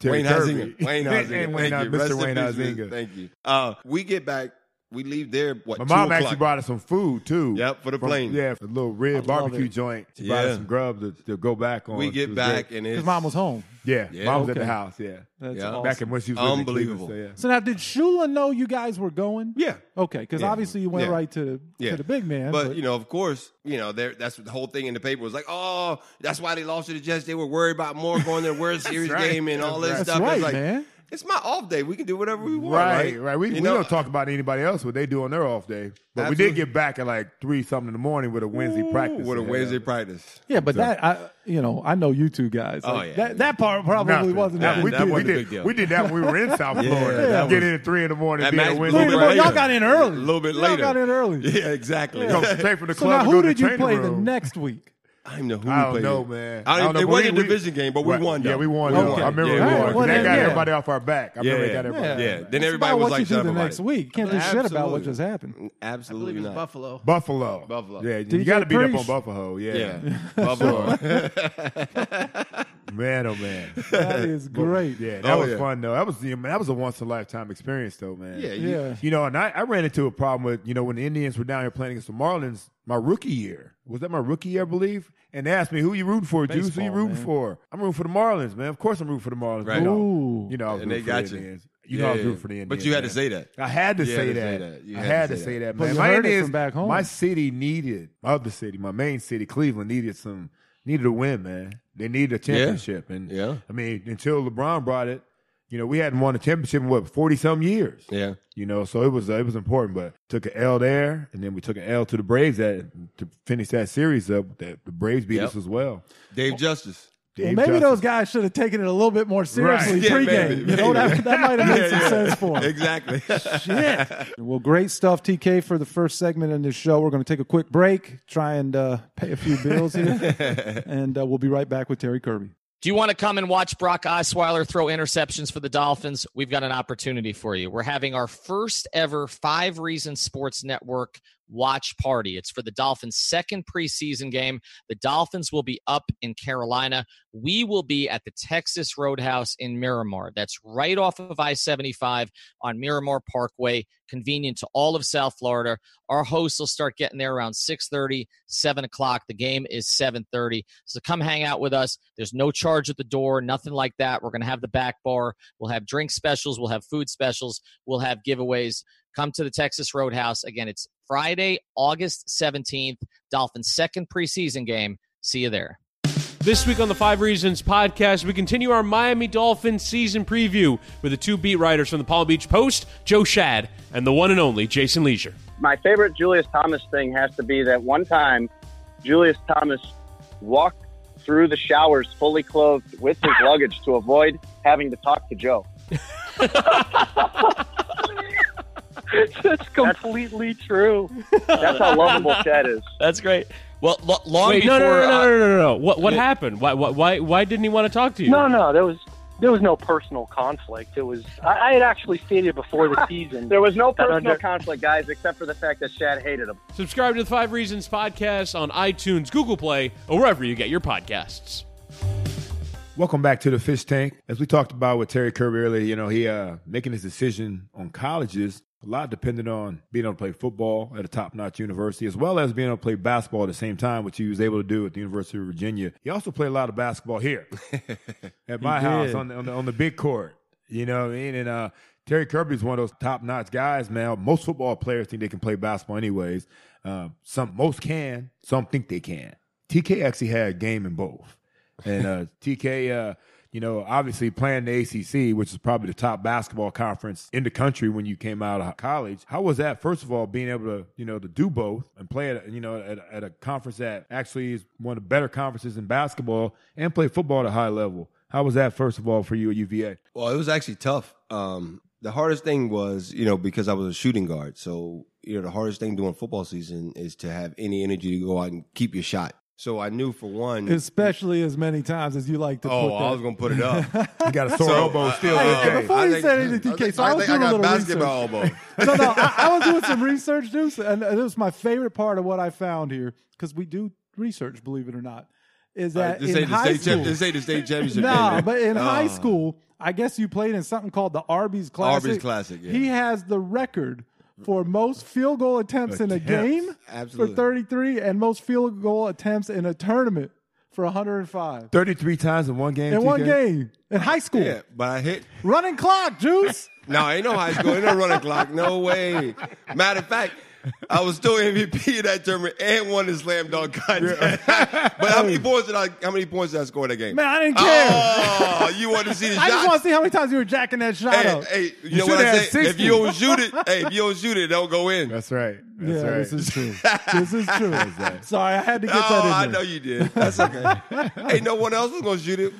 Speaker 4: Terry
Speaker 5: Wayne
Speaker 4: Kirby.
Speaker 5: Huizinga. Wayne
Speaker 4: And
Speaker 5: Huizinga.
Speaker 4: Wayne-
Speaker 5: Thank you.
Speaker 4: Mr.
Speaker 5: Rest in
Speaker 4: Wayne
Speaker 5: peace,
Speaker 4: Huizinga.
Speaker 5: Mr. Thank you. Uh, we get back. We leave there. What?
Speaker 4: My
Speaker 5: two
Speaker 4: mom actually
Speaker 5: o'clock.
Speaker 4: brought us some food too.
Speaker 5: Yep, for the
Speaker 4: From-
Speaker 5: plane.
Speaker 4: Yeah, for a little red
Speaker 1: love
Speaker 4: barbecue
Speaker 1: it.
Speaker 4: joint. She brought
Speaker 5: Yeah.
Speaker 4: us some grub to, to go back on.
Speaker 5: We
Speaker 4: It
Speaker 5: get
Speaker 4: was
Speaker 5: back
Speaker 4: great.
Speaker 5: and it's
Speaker 1: His mom was home.
Speaker 4: yeah,
Speaker 5: Yeah.
Speaker 4: mom was at
Speaker 1: Okay.
Speaker 4: the house. Yeah,
Speaker 1: That's
Speaker 5: Yeah.
Speaker 1: awesome.
Speaker 4: back in when she was living in Cleveland,
Speaker 5: Unbelievable.
Speaker 1: So now, did Shula know you guys were going?
Speaker 5: Yeah.
Speaker 1: Okay, because
Speaker 5: Yeah.
Speaker 1: obviously you went
Speaker 5: Yeah.
Speaker 1: right to, to the big man.
Speaker 5: But, you know, of course, you know, there that's the whole thing in the paper was like, oh, that's why they lost to the Jets. They were worried about more going to the World Series
Speaker 4: right.
Speaker 5: game and all this
Speaker 1: That's
Speaker 5: stuff.
Speaker 1: right,
Speaker 5: it's like,
Speaker 1: man.
Speaker 5: it's my off day. We can do whatever we want.
Speaker 4: Right,
Speaker 5: Right,
Speaker 4: right. We,
Speaker 5: You
Speaker 4: we
Speaker 5: know,
Speaker 4: don't talk about anybody else what they do on their off day. But we
Speaker 5: Absolutely.
Speaker 4: did get back at like three something in the morning with a Wednesday practice.
Speaker 5: What a
Speaker 4: Yeah.
Speaker 5: Wednesday practice.
Speaker 1: yeah, but that I, you know, I know you two guys.
Speaker 5: Oh,
Speaker 1: Like,
Speaker 5: yeah.
Speaker 1: that, that part probably
Speaker 4: Nothing.
Speaker 1: wasn't.
Speaker 4: Nah,
Speaker 1: a big
Speaker 4: we,
Speaker 5: that
Speaker 4: did, we,
Speaker 5: wasn't a
Speaker 4: did,
Speaker 5: big deal.
Speaker 4: we did that when we were in South Florida.
Speaker 5: that
Speaker 4: Get
Speaker 5: was-
Speaker 4: in at three in the morning,
Speaker 5: That
Speaker 4: be at
Speaker 5: Max
Speaker 4: a
Speaker 5: Blue
Speaker 4: Wednesday
Speaker 1: Three in the morning.
Speaker 5: Right.
Speaker 1: Y'all
Speaker 4: practice.
Speaker 1: got in early.
Speaker 5: A little bit
Speaker 1: Y'all
Speaker 5: later.
Speaker 1: got in early.
Speaker 5: Yeah, exactly.
Speaker 4: Come straight from the
Speaker 1: So now,
Speaker 4: club. to
Speaker 1: who
Speaker 4: go to
Speaker 1: did you
Speaker 4: training
Speaker 1: play the
Speaker 4: room.
Speaker 1: next week?
Speaker 5: I don't know who
Speaker 4: I
Speaker 5: we
Speaker 4: don't
Speaker 5: played.
Speaker 4: know, man.
Speaker 5: I don't,
Speaker 4: don't know,
Speaker 5: It
Speaker 4: but
Speaker 5: wasn't
Speaker 4: we-
Speaker 5: a division game, but
Speaker 4: Right.
Speaker 5: we won. Though.
Speaker 4: Yeah, we won.
Speaker 1: We
Speaker 4: though.
Speaker 1: won.
Speaker 4: I remember
Speaker 5: Yeah,
Speaker 4: we
Speaker 5: we
Speaker 4: won.
Speaker 5: won.
Speaker 4: 'Cause They got
Speaker 1: Yeah.
Speaker 4: everybody off our back. I
Speaker 5: Yeah,
Speaker 4: remember
Speaker 5: yeah.
Speaker 4: they got everybody.
Speaker 5: Yeah.
Speaker 4: off our back.
Speaker 5: Then
Speaker 1: It's about
Speaker 5: everybody was
Speaker 1: what
Speaker 5: like,
Speaker 1: you do
Speaker 5: "Shut
Speaker 1: the
Speaker 5: up
Speaker 1: next
Speaker 5: about it."
Speaker 1: week. Can't do shit about what
Speaker 5: Absolutely.
Speaker 1: just happened.
Speaker 6: I believe
Speaker 5: Absolutely
Speaker 6: it was
Speaker 5: not.
Speaker 6: Buffalo.
Speaker 4: Buffalo.
Speaker 5: Buffalo.
Speaker 4: Yeah, you
Speaker 1: DJ
Speaker 4: got to beat up
Speaker 1: Priest.
Speaker 4: on Buffalo. Yeah.
Speaker 5: Yeah, Buffalo.
Speaker 4: Man, oh man,
Speaker 1: That is great.
Speaker 4: Yeah, that
Speaker 5: Oh,
Speaker 4: was
Speaker 5: yeah.
Speaker 4: fun though. That was you know, that was a once in a lifetime experience though, man.
Speaker 5: Yeah, you-
Speaker 1: Yeah.
Speaker 4: You know, and I, I ran into a problem with, you know, when the Indians were down here playing against the Marlins, my rookie year. Was that my rookie year, I believe? And they asked me, who you rooting for, Juice? Who you
Speaker 1: Baseball,
Speaker 4: rooting
Speaker 1: man.
Speaker 4: for? I'm rooting for the Marlins, man. Of course I'm rooting for the Marlins.
Speaker 5: Right.
Speaker 4: You know,
Speaker 1: Ooh.
Speaker 4: you know I was
Speaker 5: And they
Speaker 4: rooting for
Speaker 5: got
Speaker 4: the
Speaker 5: you.
Speaker 4: Indians. You know I was
Speaker 5: Yeah,
Speaker 4: rooting for the Indians.
Speaker 5: But you had to
Speaker 4: man.
Speaker 5: say that.
Speaker 4: I had to
Speaker 5: You had
Speaker 4: say
Speaker 5: to say
Speaker 4: that.
Speaker 5: that. You
Speaker 4: I had to say that,
Speaker 1: But
Speaker 4: man.
Speaker 1: you
Speaker 4: My
Speaker 1: heard it
Speaker 4: Indians-
Speaker 1: from back home.
Speaker 4: My city needed my other city, my main city, Cleveland needed some needed a win, man. They needed a championship, and
Speaker 5: Yeah.
Speaker 4: I mean until LeBron brought it, you know, we hadn't won a championship in what forty some years,
Speaker 5: Yeah.
Speaker 4: you know. So it was uh, it was important, but took an L there, and then we took an L to the Braves that to finish that series up. That the Braves beat
Speaker 5: Yep.
Speaker 4: us as well.
Speaker 5: Dave Justice.
Speaker 1: Well,
Speaker 4: Dave
Speaker 1: maybe
Speaker 4: Justice.
Speaker 1: those guys should have taken it a little bit more seriously
Speaker 5: Yeah,
Speaker 1: pregame.
Speaker 5: maybe,
Speaker 1: You know
Speaker 5: maybe.
Speaker 1: that, that might have made some sense for 'em.
Speaker 5: Exactly.
Speaker 1: Shit. Well, great stuff, TK, for the first segment in this show. We're going to take a quick break, try and uh, pay a few bills here, and uh, we'll be right back with Terry Kirby.
Speaker 6: Do you want to come and watch Brock Osweiler throw interceptions for the Dolphins? We've got an opportunity for you. We're having our first ever Five Reasons Sports Network watch party. It's for the Dolphins' second preseason game. The Dolphins will be up in Carolina. We will be at the Texas Roadhouse in Miramar. That's right off of I 75 on Miramar Parkway, convenient to all of South Florida. Our hosts will start getting there around 6:30, 7 o'clock. The game is 7:30. So come hang out with us. There's no charge at the door, nothing like that. We're going to have the back bar. We'll have drink specials. We'll have food specials. We'll have giveaways. Come to the Texas Roadhouse. Again, it's Friday, August 17th, Dolphins' second preseason game. See you there.
Speaker 7: This week on the Five Reasons podcast, we continue our Miami Dolphins season preview with the two beat writers from the Palm Beach Post, Joe Shad, and the one and only Jason Leisure.
Speaker 8: my favorite Julius Thomas thing has to be that one time Julius Thomas walked through the showers fully clothed with his luggage to avoid having to talk to Joe.
Speaker 9: That's completely true.
Speaker 8: That's how lovable Chad is.
Speaker 6: That's great. Well, lo- long
Speaker 7: Wait, no,
Speaker 6: before
Speaker 7: no, no, no,
Speaker 6: uh,
Speaker 7: no, no, no, no. What, what happened? Why, why- why, why didn't he want to talk to you?
Speaker 9: No, no, there was there was no personal conflict. It was I, I had actually stated before the season.
Speaker 8: There was no personal
Speaker 9: under-
Speaker 8: conflict, guys, except for the fact that Chad hated him.
Speaker 7: Subscribe to the Five Reasons podcast on iTunes, Google Play, or wherever you get your podcasts.
Speaker 4: Welcome back to the fish tank. As we talked about with Terry Kirby earlier, you know, he uh making his decision on colleges a lot depended on being able to play football at a top-notch university as well as being able to play basketball at the same time, which he was able to do at the University of Virginia. He also played a lot of basketball here at my
Speaker 1: He
Speaker 4: house
Speaker 1: did.
Speaker 4: on the, on the on the big court. You know what I mean? And uh Terry Kirby's one of those top-notch guys, man. Most football players think they can play basketball anyways. Uh, some most can, some think they can. TK actually had a game in both. And uh, TK, uh, you know, obviously playing the ACC, which is probably the top basketball conference in the country when you came out of college. How was that? First of all, being able to, you know, to do both and play at, a- you know, at, a- at a conference that actually is one of the better conferences in basketball and play football at a high level. How was that? First of all, for you at UVA,
Speaker 5: Well, it was actually tough. Um, the hardest thing was, you know, because I was a shooting guard. So, you know, the hardest thing during football season is to have any energy to go out and keep your shot. So I knew for one.
Speaker 1: Especially as many times as you like to
Speaker 5: oh,
Speaker 1: put
Speaker 5: I was
Speaker 1: that.
Speaker 5: going to put it up.
Speaker 4: you got a sore elbow
Speaker 5: uh,
Speaker 4: still.
Speaker 1: Hey,
Speaker 4: today.
Speaker 1: before you
Speaker 5: I think-
Speaker 1: said anything, TK, so I was
Speaker 5: think
Speaker 1: doing a
Speaker 5: I got
Speaker 1: little
Speaker 5: basketball elbow.
Speaker 1: no, no, I, I was doing some research, Deuce, and it was my favorite part of what I found here because we do research, believe it or not. Is that
Speaker 5: Uh, This
Speaker 1: in
Speaker 5: ain't the
Speaker 1: high
Speaker 5: state
Speaker 1: school?
Speaker 5: champ- this ain't the state championship.
Speaker 1: Nah,
Speaker 5: game,
Speaker 1: but in high
Speaker 5: Uh,
Speaker 1: school, I guess you played in something called the Arby's Classic.
Speaker 5: Arby's Classic, yeah.
Speaker 1: He has the record for most field goal attempts in a
Speaker 4: Attempts.
Speaker 1: game
Speaker 5: Absolutely.
Speaker 1: for 33 and most field goal attempts in a tournament for 105.
Speaker 4: Thirty-three times in one game.
Speaker 1: In one
Speaker 4: TK?
Speaker 1: game in high school.
Speaker 5: Yeah, but I hit.
Speaker 1: Running clock, Juice.
Speaker 5: No, ain't no high school. Ain't no running clock. No way. Matter of fact, I was still MVP of that tournament and won the slam dunk contest. but how many points did I? How many points did I score in that game?
Speaker 1: Man, I didn't care.
Speaker 5: Oh, you want to see the
Speaker 1: I just want
Speaker 5: shot?
Speaker 1: to see how many times you were jacking that shot
Speaker 5: Hey,
Speaker 1: up.
Speaker 5: hey, you,
Speaker 4: You
Speaker 5: know what
Speaker 4: shoulda
Speaker 5: I
Speaker 4: had
Speaker 5: say?
Speaker 4: 60.
Speaker 5: If you don't shoot it, hey, if you don't shoot it, it don't go in.
Speaker 4: That's right. That's
Speaker 1: yeah,
Speaker 4: right.
Speaker 1: this is true. This is true. Sorry, I had to get
Speaker 5: oh,
Speaker 1: that in
Speaker 5: I
Speaker 1: there.
Speaker 5: know you did. That's okay. hey, no one else was gonna shoot it.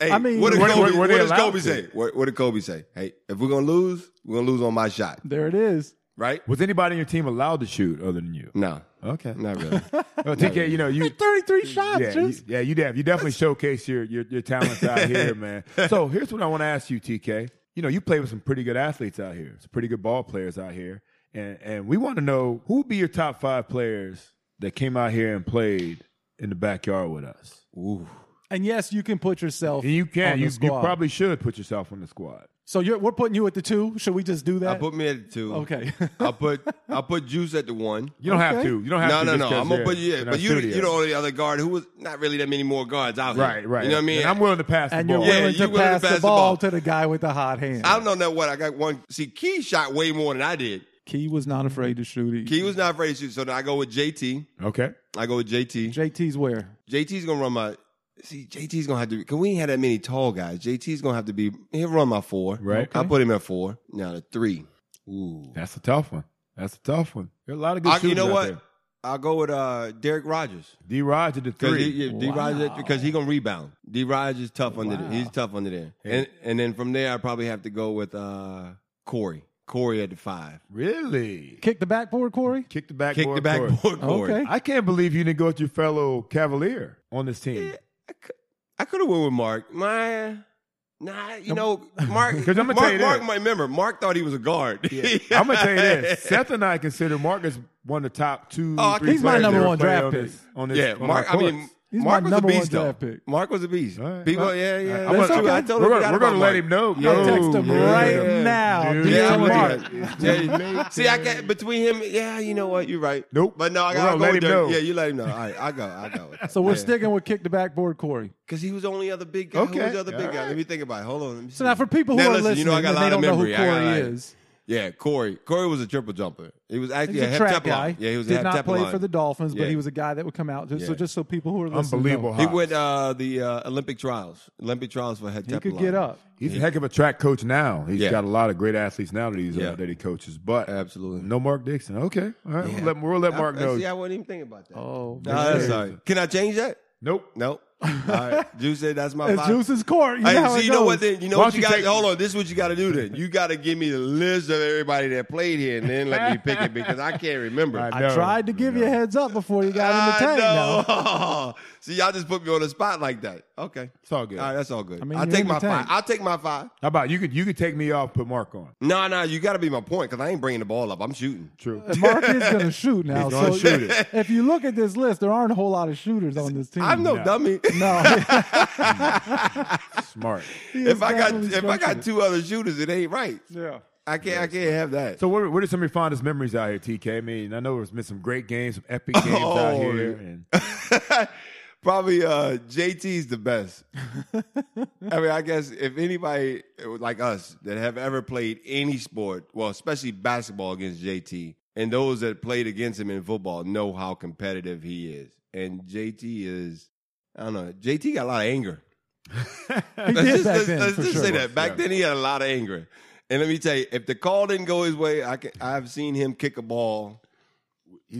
Speaker 5: Hey,
Speaker 1: I mean-
Speaker 5: what did
Speaker 1: Were
Speaker 4: they-
Speaker 5: Kobe,
Speaker 4: were
Speaker 5: what
Speaker 4: they
Speaker 5: does
Speaker 4: allowed
Speaker 5: Kobe
Speaker 4: to?
Speaker 5: say? What, what did Kobe say? Hey, if we're gonna lose, we're gonna lose on my shot,
Speaker 1: There it is.
Speaker 5: right?
Speaker 4: Was anybody on your team allowed to shoot other than you?
Speaker 5: No,
Speaker 1: Oh.
Speaker 4: Okay.
Speaker 5: not really.
Speaker 4: Well, TK, you know you
Speaker 1: 33 shots,
Speaker 4: yeah, you,
Speaker 1: Juice.
Speaker 4: yeah, you def- you definitely showcase your your, your talents out here, man. So here's what I want to ask you, TK. You know, you play with some pretty good athletes out here, some pretty good ball players out here, and and we want to know who would be your top five players that came out here and played in the backyard with us.
Speaker 5: Ooh.
Speaker 1: And yes, you can put yourself.
Speaker 4: And you
Speaker 1: on
Speaker 4: can.
Speaker 1: the
Speaker 4: You, you
Speaker 1: squad.
Speaker 4: probably should put yourself on the squad.
Speaker 1: So you're, we're putting you at the two. Should we just do that?
Speaker 5: I put me at the two.
Speaker 1: okay.
Speaker 5: I put I put Juice at the one.
Speaker 4: You don't have
Speaker 1: Okay.
Speaker 4: to. You don't have
Speaker 5: No,
Speaker 4: to.
Speaker 5: no,
Speaker 4: just
Speaker 5: no.
Speaker 4: 'cause
Speaker 5: I'm gonna
Speaker 4: they're
Speaker 5: put you.
Speaker 4: in our
Speaker 5: But you,
Speaker 4: studio.
Speaker 5: you the only other guard who was not really that many more guards out here.
Speaker 4: Right, right.
Speaker 5: You know what I mean?
Speaker 4: And I'm willing to pass.
Speaker 1: and
Speaker 4: the
Speaker 1: you're
Speaker 4: ball.
Speaker 5: Yeah,
Speaker 1: willing
Speaker 5: you
Speaker 1: to
Speaker 5: willing
Speaker 1: pass the ball, to the guy with the hot hand.
Speaker 5: I don't know what I got. One. See, Key shot way more than I did.
Speaker 1: Key was not afraid to shoot. either.
Speaker 5: Key was not afraid to shoot, so then I go with JT.
Speaker 4: Okay.
Speaker 5: I go with JT.
Speaker 1: JT's where?
Speaker 5: JT's gonna run my. See, JT's gonna have to because we ain't had that many tall guys. JT's gonna have to be. He'll run my four.
Speaker 4: Right.
Speaker 5: I put him at four. Now the three. Ooh.
Speaker 4: That's a tough one. That's a tough one. There are a lot of good
Speaker 5: I,
Speaker 4: shooters
Speaker 5: you know
Speaker 4: out
Speaker 5: what?
Speaker 4: there.
Speaker 5: I'll go with uh, Derek Rogers.
Speaker 4: D. Rod to the
Speaker 5: Because
Speaker 4: three.
Speaker 5: he, yeah, D. Rogers, because he gonna rebound. D. Rogers is tough under there. He's tough under there. And and then from there, I probably have to go with uh, Corey. Corey at the five.
Speaker 4: Really?
Speaker 1: Kick the backboard, Corey.
Speaker 4: Kick the backboard.
Speaker 5: Kick the backboard, Corey.
Speaker 1: Okay.
Speaker 4: I can't believe you didn't go with your fellow Cavalier on this team.
Speaker 5: I could have went with Mark. My, nah, you know, Mark.
Speaker 4: 'Cause I'ma
Speaker 5: Mark,
Speaker 4: tell you this.
Speaker 5: Mark might remember. Mark thought he was a guard.
Speaker 4: I'm gonna tell you this: Seth and I consider Marcus one of the top two.
Speaker 5: Oh, I-
Speaker 4: three
Speaker 5: he's my
Speaker 4: players
Speaker 1: number
Speaker 4: that
Speaker 1: one
Speaker 4: play
Speaker 1: draft
Speaker 4: on
Speaker 1: pick.
Speaker 4: This, on this,
Speaker 5: yeah,
Speaker 4: on
Speaker 5: Mark.
Speaker 4: our
Speaker 5: I mean,
Speaker 4: courts.
Speaker 1: He's
Speaker 5: Mark
Speaker 1: my
Speaker 5: was a
Speaker 1: number one
Speaker 5: beast, though.
Speaker 1: draft pick.
Speaker 5: Mark was a beast.
Speaker 4: All right.
Speaker 5: People,
Speaker 4: Well,
Speaker 5: yeah, yeah.
Speaker 4: I'm
Speaker 5: that's
Speaker 4: gonna-
Speaker 5: true.
Speaker 4: we're
Speaker 5: I totally
Speaker 4: gonna-
Speaker 5: forgot
Speaker 4: we're gonna
Speaker 5: about
Speaker 4: let
Speaker 5: Mark.
Speaker 4: him know.
Speaker 1: I'm gonna text him
Speaker 4: Yeah.
Speaker 1: right now.
Speaker 4: Dude,
Speaker 1: Dear
Speaker 5: Yeah,
Speaker 4: I'm with
Speaker 1: Mark.
Speaker 4: you.
Speaker 5: Yeah, see, I got between him. Yeah, you know what? You're right.
Speaker 4: Nope.
Speaker 5: But no, I
Speaker 4: We're
Speaker 5: gotta
Speaker 4: gonna
Speaker 5: go
Speaker 4: let
Speaker 5: with
Speaker 4: him
Speaker 5: Derek.
Speaker 4: know.
Speaker 5: Yeah, you let him know. All right, I go. I go.
Speaker 1: So we're sticking with kick the backboard, Corey.
Speaker 5: because he was the only other big guy. Who
Speaker 4: Okay.
Speaker 5: was the other big
Speaker 4: All
Speaker 5: guy?
Speaker 4: right.
Speaker 5: Let me think about it. Hold on. let me
Speaker 1: So
Speaker 5: see.
Speaker 1: now, for people who
Speaker 5: Now,
Speaker 1: are
Speaker 5: listen,
Speaker 1: listening,
Speaker 5: you know, I got
Speaker 1: and
Speaker 5: a
Speaker 1: they
Speaker 5: lot
Speaker 1: don't
Speaker 5: of
Speaker 1: know who
Speaker 5: memory. I got a
Speaker 1: Corey
Speaker 5: lot of-
Speaker 1: is.
Speaker 5: Yeah, Corey. Corey was a triple jumper. He was actually
Speaker 1: He's
Speaker 5: a,
Speaker 1: a
Speaker 5: half
Speaker 1: track
Speaker 5: tep
Speaker 1: guy.
Speaker 5: line. Yeah, he was a
Speaker 1: Did
Speaker 5: half
Speaker 1: not
Speaker 5: tep
Speaker 1: play
Speaker 5: line.
Speaker 1: for the Dolphins, but
Speaker 5: Yeah.
Speaker 1: he was a guy that would come out. Just, So
Speaker 5: Yeah.
Speaker 1: just so people who are listening,
Speaker 4: Unbelievable.
Speaker 1: know.
Speaker 5: He
Speaker 4: hops.
Speaker 5: went uh, the uh, Olympic trials. Olympic trials for head
Speaker 1: he could get up.
Speaker 4: He's a heck of a track coach now. He's
Speaker 5: Yeah.
Speaker 4: got a lot of great athletes now that he's uh,
Speaker 5: Yeah.
Speaker 4: that he coaches. But
Speaker 5: Absolutely.
Speaker 4: no Mark Dixon. Okay, all right.
Speaker 5: Yeah.
Speaker 4: We'll, let, we'll let Mark
Speaker 5: I,
Speaker 4: know.
Speaker 5: See, I wasn't even thinking about that.
Speaker 1: Oh,
Speaker 5: Nah, that's all right. Can I change that?
Speaker 4: Nope.
Speaker 5: Nope. All right. Juice said that's my
Speaker 1: it's
Speaker 5: five.
Speaker 1: Juice's Corey. You know
Speaker 5: Hey,
Speaker 1: how
Speaker 5: so
Speaker 1: it
Speaker 5: you know
Speaker 1: goes.
Speaker 5: what? Then you know
Speaker 4: Why
Speaker 5: what
Speaker 4: don't
Speaker 5: you,
Speaker 4: you
Speaker 5: got.
Speaker 4: take-
Speaker 5: Hold on, this is what you got to do. Then you got to give me the list of everybody that played here, and then let me pick it because I can't remember.
Speaker 4: I
Speaker 1: I
Speaker 4: No.
Speaker 1: tried to give you a heads up before you got in the tank. now.
Speaker 5: know. See, y'all just put me on the spot like that. Okay,
Speaker 4: It's all good.
Speaker 5: all right, that's all good. I
Speaker 1: mean,
Speaker 5: will
Speaker 1: you're
Speaker 5: take
Speaker 1: in the
Speaker 5: my five.
Speaker 1: tank.
Speaker 5: I'll take my five.
Speaker 4: How about you? Could you could take me off, put Mark on.
Speaker 5: No, no, you got to be my point because I ain't bringing the ball up. I'm shooting.
Speaker 4: True.
Speaker 1: And Mark is going to shoot now.
Speaker 4: He's gonna
Speaker 1: so
Speaker 4: shoot it.
Speaker 1: if you look at this list, there aren't a whole lot of shooters on this team.
Speaker 5: I'm no
Speaker 4: No.
Speaker 5: dummy.
Speaker 1: no.
Speaker 4: Smart.
Speaker 1: He
Speaker 5: if
Speaker 1: is
Speaker 5: I got
Speaker 1: definitely
Speaker 5: if I got
Speaker 1: structured.
Speaker 5: two other shooters, it ain't right.
Speaker 1: yeah.
Speaker 5: I can't I can't have that.
Speaker 4: So what, are- what are some of your fondest memories out here, TK? I mean, I know there's been some great games, some epic games out
Speaker 5: Oh,
Speaker 4: here.
Speaker 5: yeah.
Speaker 4: And
Speaker 5: Probably uh, JT's the best. I mean, I guess if anybody like us that have ever played any sport, well, especially basketball against JT, and those that played against him in football know how competitive he is. And JT is, I don't know, JT got a lot of anger.
Speaker 1: He
Speaker 5: Let's
Speaker 1: did back
Speaker 5: just, let's-
Speaker 1: then,
Speaker 5: let's
Speaker 1: for
Speaker 5: just say
Speaker 1: sure.
Speaker 5: that back then he had a lot of anger. And let me tell you, if the call didn't go his way, I can, I've seen him kick a ball.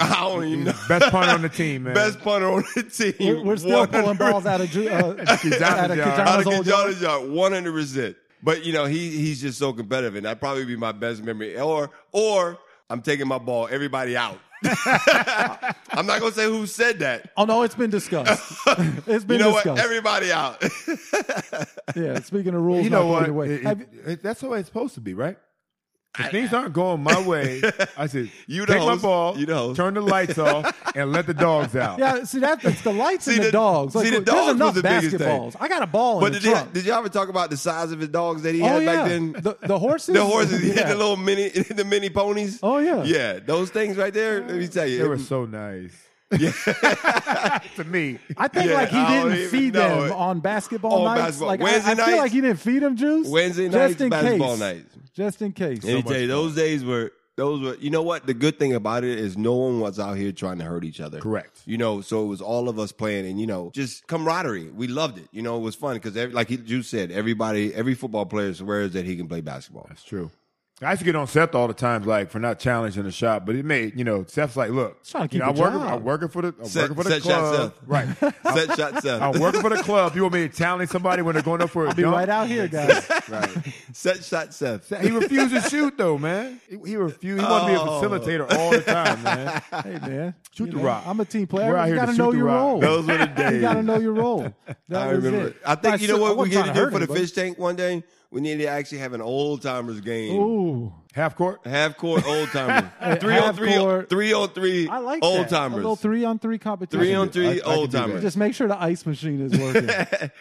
Speaker 5: I don't even know.
Speaker 4: best punter on the team, man.
Speaker 5: Best punter on the team.
Speaker 1: We're, we're still pulling
Speaker 5: 100%.
Speaker 1: balls out of, Ju- uh, out of
Speaker 4: yard.
Speaker 5: Out
Speaker 1: Kijana's
Speaker 5: of
Speaker 1: old
Speaker 5: Kijana's
Speaker 1: yard.
Speaker 5: yard, one hundred percent. But you know, he he's just so competitive, and that probably be my best memory. Or or I'm taking my ball, everybody out. I'm not gonna say who said that.
Speaker 1: Oh, no, it's been discussed. it's
Speaker 5: You
Speaker 1: been
Speaker 5: know
Speaker 1: discussed.
Speaker 5: what? Everybody out.
Speaker 1: yeah, speaking of rules,
Speaker 4: You know
Speaker 1: not
Speaker 4: what?
Speaker 1: going away.
Speaker 4: It-
Speaker 1: Have you-
Speaker 4: it- it- that's the way it's supposed to be, right? If things aren't going my way, I said,
Speaker 5: You the
Speaker 4: take
Speaker 5: host.
Speaker 4: my ball,
Speaker 5: You the host."
Speaker 4: turn the lights off, and let the dogs out.
Speaker 1: yeah, see that it's the lights
Speaker 5: See
Speaker 1: and the,
Speaker 5: the-
Speaker 1: dogs. Like,
Speaker 5: see, the
Speaker 1: look,
Speaker 5: dogs
Speaker 1: there's
Speaker 5: was
Speaker 1: enough
Speaker 5: the biggest thing.
Speaker 1: basketballs. I got a ball
Speaker 5: but
Speaker 1: in the
Speaker 5: did, y'all,
Speaker 1: trunk.
Speaker 5: did y'all ever talk about the size of his dogs that he
Speaker 1: oh
Speaker 5: had
Speaker 1: yeah,
Speaker 5: back then?
Speaker 1: the, the horses.
Speaker 5: The horses, he had
Speaker 1: Yeah.
Speaker 5: the little mini, the mini ponies.
Speaker 1: Oh, yeah.
Speaker 5: yeah, those things right there. Let me tell you,
Speaker 4: They
Speaker 5: it
Speaker 4: were
Speaker 5: was-
Speaker 4: so nice to me.
Speaker 1: I think
Speaker 5: Yeah,
Speaker 1: like he
Speaker 5: I don't
Speaker 1: didn't
Speaker 5: even
Speaker 1: feed
Speaker 5: know
Speaker 1: them
Speaker 5: it.
Speaker 1: on basketball
Speaker 5: On
Speaker 1: nights.
Speaker 5: basketball-
Speaker 1: Like
Speaker 5: Wednesday
Speaker 1: I, I feel
Speaker 5: nights?
Speaker 1: like he didn't feed them juice.
Speaker 5: Wednesday
Speaker 1: just
Speaker 5: nights,
Speaker 1: in
Speaker 5: basketball
Speaker 1: case.
Speaker 5: nights.
Speaker 1: Just in case.
Speaker 5: And he tell you, those days were those were. You know what? The good thing about it is no one was out here trying to hurt each other.
Speaker 4: Correct.
Speaker 5: You know, so it was all of us playing, and you know, just camaraderie. We loved it. You know, it was fun because, like he- you said, everybody, every football player swears that he can play basketball.
Speaker 4: That's true. I used to get on Seth all the times, like for not challenging the shot, but it made you know Seth's like, look,
Speaker 1: trying to
Speaker 4: you
Speaker 1: keep
Speaker 4: know, I'm
Speaker 1: a
Speaker 4: working,
Speaker 1: job.
Speaker 4: I'm working for the, I'm
Speaker 5: Seth-
Speaker 4: working for the
Speaker 5: Seth shot
Speaker 4: club,
Speaker 5: Seth.
Speaker 4: right?
Speaker 5: Set shot,
Speaker 4: I'm
Speaker 5: Seth.
Speaker 4: working for the club. You want me to challenge somebody when they're going up for a
Speaker 1: Be
Speaker 4: dunk?
Speaker 1: right out here, guys.
Speaker 5: Set shot, Seth.
Speaker 4: He refused to shoot though, man. He, he refused. He wanted
Speaker 5: Oh.
Speaker 4: to be a facilitator all the time, man.
Speaker 1: hey man,
Speaker 4: Shoot
Speaker 1: You
Speaker 4: the
Speaker 1: know,
Speaker 4: rock.
Speaker 1: I'm a team player.
Speaker 4: We're out
Speaker 1: you
Speaker 4: here to
Speaker 1: gotta
Speaker 4: shoot
Speaker 1: know
Speaker 4: the
Speaker 1: your
Speaker 4: rock.
Speaker 1: role.
Speaker 5: Those were the days.
Speaker 1: You gotta know your role. That
Speaker 5: I
Speaker 1: was
Speaker 5: remember.
Speaker 1: It.
Speaker 5: I think you
Speaker 1: so-
Speaker 5: know
Speaker 1: I
Speaker 5: what we
Speaker 1: wasn't
Speaker 5: need to
Speaker 1: trying
Speaker 5: do
Speaker 1: hurt
Speaker 5: for the
Speaker 1: him, but-
Speaker 5: fish tank one day. We need to actually have an old timers game
Speaker 1: Ooh,
Speaker 4: Half court.
Speaker 5: Half court oh old timer. 303
Speaker 1: half-court.
Speaker 5: 303
Speaker 1: I like
Speaker 5: old
Speaker 1: that. A little
Speaker 5: timers.
Speaker 1: three on three competition.
Speaker 5: Three on
Speaker 4: I- I
Speaker 5: three
Speaker 4: can do
Speaker 5: old timers.
Speaker 1: Just make sure the ice machine is working.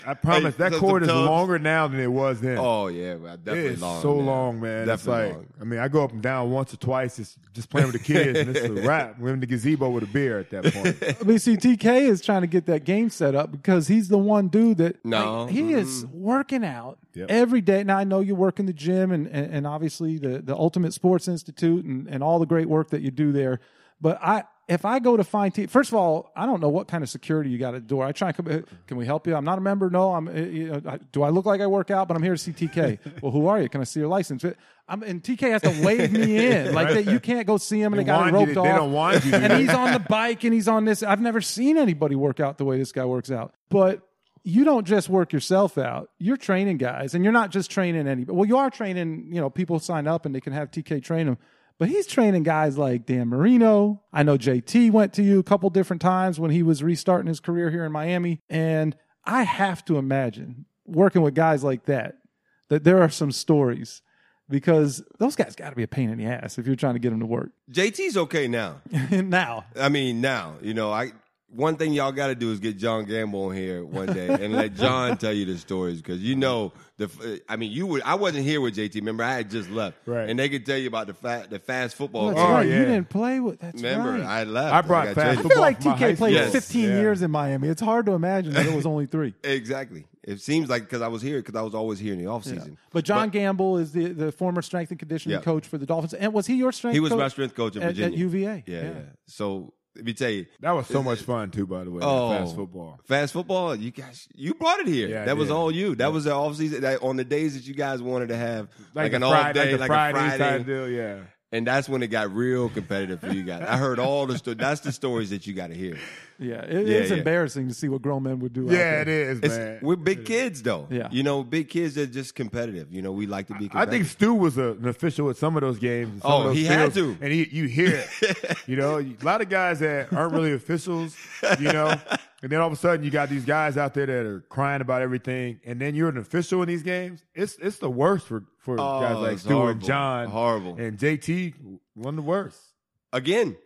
Speaker 4: I promise
Speaker 5: Hey,
Speaker 4: that
Speaker 5: some
Speaker 4: court is
Speaker 5: tubs.
Speaker 4: longer now than it was then.
Speaker 5: Oh yeah, well,
Speaker 4: It
Speaker 5: definitely
Speaker 4: is
Speaker 5: long.
Speaker 4: so
Speaker 5: man.
Speaker 4: long, man. That's
Speaker 5: Definitely
Speaker 4: like,
Speaker 5: long.
Speaker 4: I mean, I go up and down once or twice, just just playing with the kids, and it's a wrap. We're in the gazebo with a beer at that point.
Speaker 1: I mean, see, TK is trying to get that game set up because he's the one dude that
Speaker 5: No.
Speaker 1: like, he is working out
Speaker 4: Mm-hmm. Yep.
Speaker 1: every day. Now I know you work in the gym and and, and obviously the the Ultimate Sports Institute and and all the great work that you do there. But I. If I go to find T, first of all, I don't know what kind of security you got at the door. I try and come, "Uh, can we help you? I'm not a member. No, I'm. uh, You know, I- do I look like I work out? But I'm here to see TK. well, who are you? Can I see your license? But I'm, and TK has to wave me in like that. You can't go see him and
Speaker 4: They
Speaker 1: they got him
Speaker 4: want you
Speaker 1: roped
Speaker 4: to-
Speaker 1: off.
Speaker 4: they don't want you to.
Speaker 1: And he's on the bike and he's on this. I've never seen anybody work out the way this guy works out. But you don't just work yourself out. You're training guys, and you're not just training anybody. Well, you are training. You know, people sign up and they can have TK train them. But he's training guys like Dan Marino. I know JT went to you a couple different times when he was restarting his career here in Miami. And I have to imagine working with guys like that, that there are some stories because those guys got to be a pain in the ass if you're trying to get them to work.
Speaker 5: JT's okay now.
Speaker 1: now,
Speaker 5: I mean, now you know. I one thing y'all got to do is get John Gamble on here one day and let John tell you the stories because you know the. f- uh, I mean, you were I wasn't here with JT. Remember, I had just left,
Speaker 4: Right.
Speaker 5: and they could tell you about the fa- the fast football.
Speaker 1: That's
Speaker 5: team.
Speaker 1: right.
Speaker 4: yeah.
Speaker 1: You didn't play with. That's
Speaker 5: Oh, Remember,
Speaker 1: right.
Speaker 5: I left.
Speaker 4: I brought fast
Speaker 5: got traded.
Speaker 1: I feel
Speaker 4: football
Speaker 1: like
Speaker 4: from my high
Speaker 1: TK played
Speaker 5: school.
Speaker 1: 15
Speaker 4: Yes.
Speaker 1: years in Miami. It's hard to imagine that it was only three.
Speaker 5: Exactly. It seems like because I was here because I was always here in the offseason. season.
Speaker 1: But John Gamble is the, the former strength and conditioning
Speaker 5: Yeah.
Speaker 1: coach for the Dolphins. And was he your strength?
Speaker 5: he was
Speaker 1: coach
Speaker 5: my strength coach at
Speaker 1: at,
Speaker 5: Virginia
Speaker 1: at UVA.
Speaker 5: Yeah, yeah. So let me tell you,
Speaker 4: That was so much fun too, by the way.
Speaker 5: Oh.
Speaker 4: Fast football.
Speaker 5: Fast football, you guys, you brought it here.
Speaker 4: Yeah, I
Speaker 5: that was
Speaker 4: did.
Speaker 5: all you. That was the offseason. That on the days that you guys wanted to have like,
Speaker 4: a
Speaker 5: an
Speaker 4: Friday,
Speaker 5: off day,
Speaker 4: like a
Speaker 5: like,
Speaker 4: Friday, type
Speaker 5: a Friday,
Speaker 4: deal. Yeah.
Speaker 5: and that's when it got real competitive for you guys. I heard all the stories. That's the stories that you got to hear.
Speaker 1: Yeah. It-
Speaker 5: Yeah,
Speaker 1: it's
Speaker 5: yeah.
Speaker 1: embarrassing to see what grown men would do. out
Speaker 4: Yeah,
Speaker 1: there.
Speaker 4: it is,
Speaker 5: It's,
Speaker 4: man.
Speaker 5: we're big kids though.
Speaker 1: Yeah.
Speaker 5: you know, big kids are just competitive. You know, we like to be.
Speaker 4: I
Speaker 5: competitive.
Speaker 4: think Stu was a, an official at some of those games. and some
Speaker 5: Oh,
Speaker 4: of those
Speaker 5: he had
Speaker 4: fields,
Speaker 5: to.
Speaker 4: and he, you hear it. you know, a lot of guys that aren't really officials. You know, and then all of a sudden you got these guys out there that are crying about everything, and then you're an official in these games. It's it's the worst for for
Speaker 5: Oh,
Speaker 4: guys like
Speaker 5: it's
Speaker 4: Stu and
Speaker 5: horrible.
Speaker 4: John,
Speaker 5: Horrible.
Speaker 4: and JT, one of the worst.
Speaker 5: again.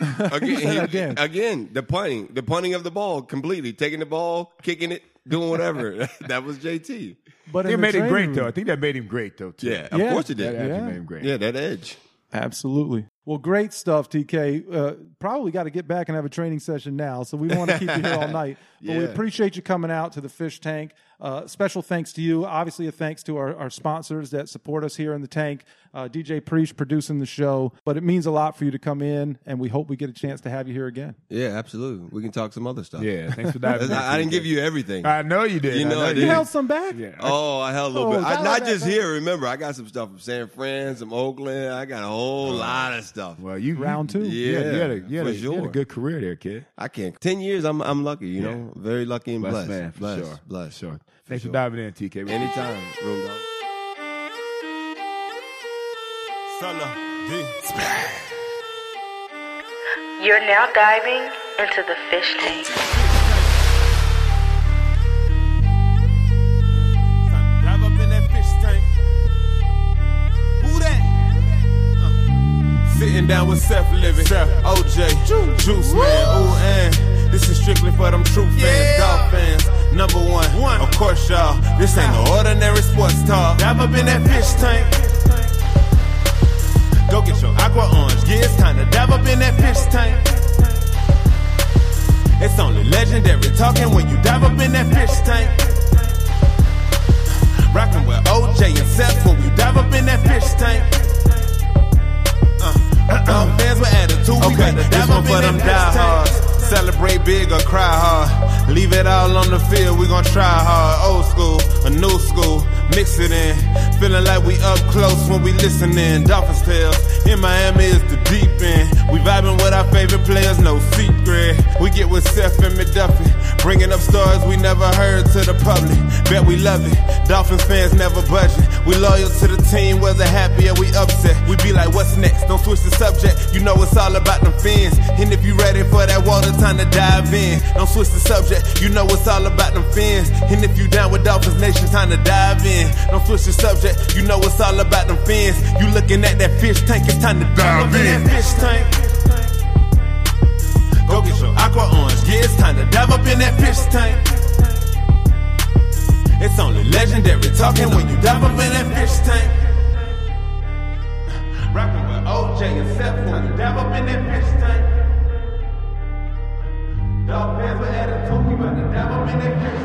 Speaker 5: again,
Speaker 1: said again.
Speaker 5: again, the punting, the punting of the ball completely, taking the ball, kicking it, doing whatever. that was JT.
Speaker 1: But in
Speaker 4: It
Speaker 1: the
Speaker 4: made it
Speaker 1: training
Speaker 4: great
Speaker 1: room-
Speaker 4: though. I think that made him great though. Too.
Speaker 5: Yeah, of
Speaker 1: Yeah.
Speaker 5: course it
Speaker 4: that
Speaker 5: did.
Speaker 4: actually
Speaker 1: Yeah.
Speaker 4: made him great.
Speaker 5: Yeah, that edge.
Speaker 1: Absolutely. Well, great stuff, TK. Uh, probably got to get back and have a training session now, so we want to keep you here all night. But we
Speaker 5: Yeah.
Speaker 1: appreciate you coming out to the fish tank. Uh, special thanks to you. Obviously, a thanks to our, our sponsors that support us here in the tank. Uh, DJ Preach producing the show, but it means a lot for you to come in, and we hope we get a chance to have you here again.
Speaker 5: Yeah, absolutely. We can talk some other stuff.
Speaker 4: Yeah, thanks for diving. in,
Speaker 5: I, I didn't
Speaker 4: TK.
Speaker 5: give you everything.
Speaker 4: I know you did.
Speaker 5: You know I
Speaker 1: You
Speaker 5: Yeah.
Speaker 1: held some back.
Speaker 4: Yeah.
Speaker 5: Oh, I had a little
Speaker 1: Oh,
Speaker 5: bit. I,
Speaker 1: God,
Speaker 5: not
Speaker 1: that-
Speaker 5: just
Speaker 1: that-
Speaker 5: here. Remember, I got some stuff from San Fran, some Oakland. I got a whole lot of stuff.
Speaker 4: Well, you
Speaker 1: Round two.
Speaker 4: You, yeah, you had a, you had
Speaker 5: for
Speaker 4: a, you had a
Speaker 5: sure.
Speaker 4: good career there, kid.
Speaker 5: I can't. Ten years, I'm I'm lucky. You know, very lucky and blessed.
Speaker 4: man, for
Speaker 5: blessed,
Speaker 4: sure.
Speaker 5: blessed.
Speaker 4: Sure. Thanks for diving in, TK.
Speaker 5: Anytime, room dog.
Speaker 2: You're now diving into the fish tank.
Speaker 3: Drive up in that fish tank. Who that? Uh, Sitting down with Seth Living, Seth, OJ, Juice, Man, ooh, and this is strictly for them true fans, golf fans. Number one, one, of course, y'all. This ain't no ordinary sports talk. Drive up in that fish tank. Go get your aqua orange, yeah, it's time to dive up in that fish tank. It's only legendary talking when you dive up in that fish tank. Rockin' with OJ and Seth when we dive up in that fish tank. Uh, uh, fans with attitude, we got to dive up in that fish tank. Celebrate big or cry hard. Leave it all on the field, we gon' try hard. Old school, a new school, mix it in. Feeling like we up close when we listening. Dolphins tales, in Miami is the deep end. We vibing with our favorite players, no secret. We get with Seth and McDuffie. Bringing up stories we never heard to the public. Bet we love it. Dolphins fans never budging. We loyal to the team, whether happy or we upset. We be like, what's next? Don't switch the subject. You know it's all about them fans. And if you ready for that water, time to dive in. Don't switch the subject. You know it's all about them fans. And if you down with Dolphins Nation, time to dive in. Don't switch the subject. You know it's all about them fans. You looking at that fish tank? It's time to dive in. Fish tank. Go get your aqua orange. Yeah, it's time to dive up in that fish tank. It's only legendary talking when you dive up in that fish tank. Rapping with OJ and Seth when you dive up in that fish tank. Dog fans with attitude, we about to dive up in that fish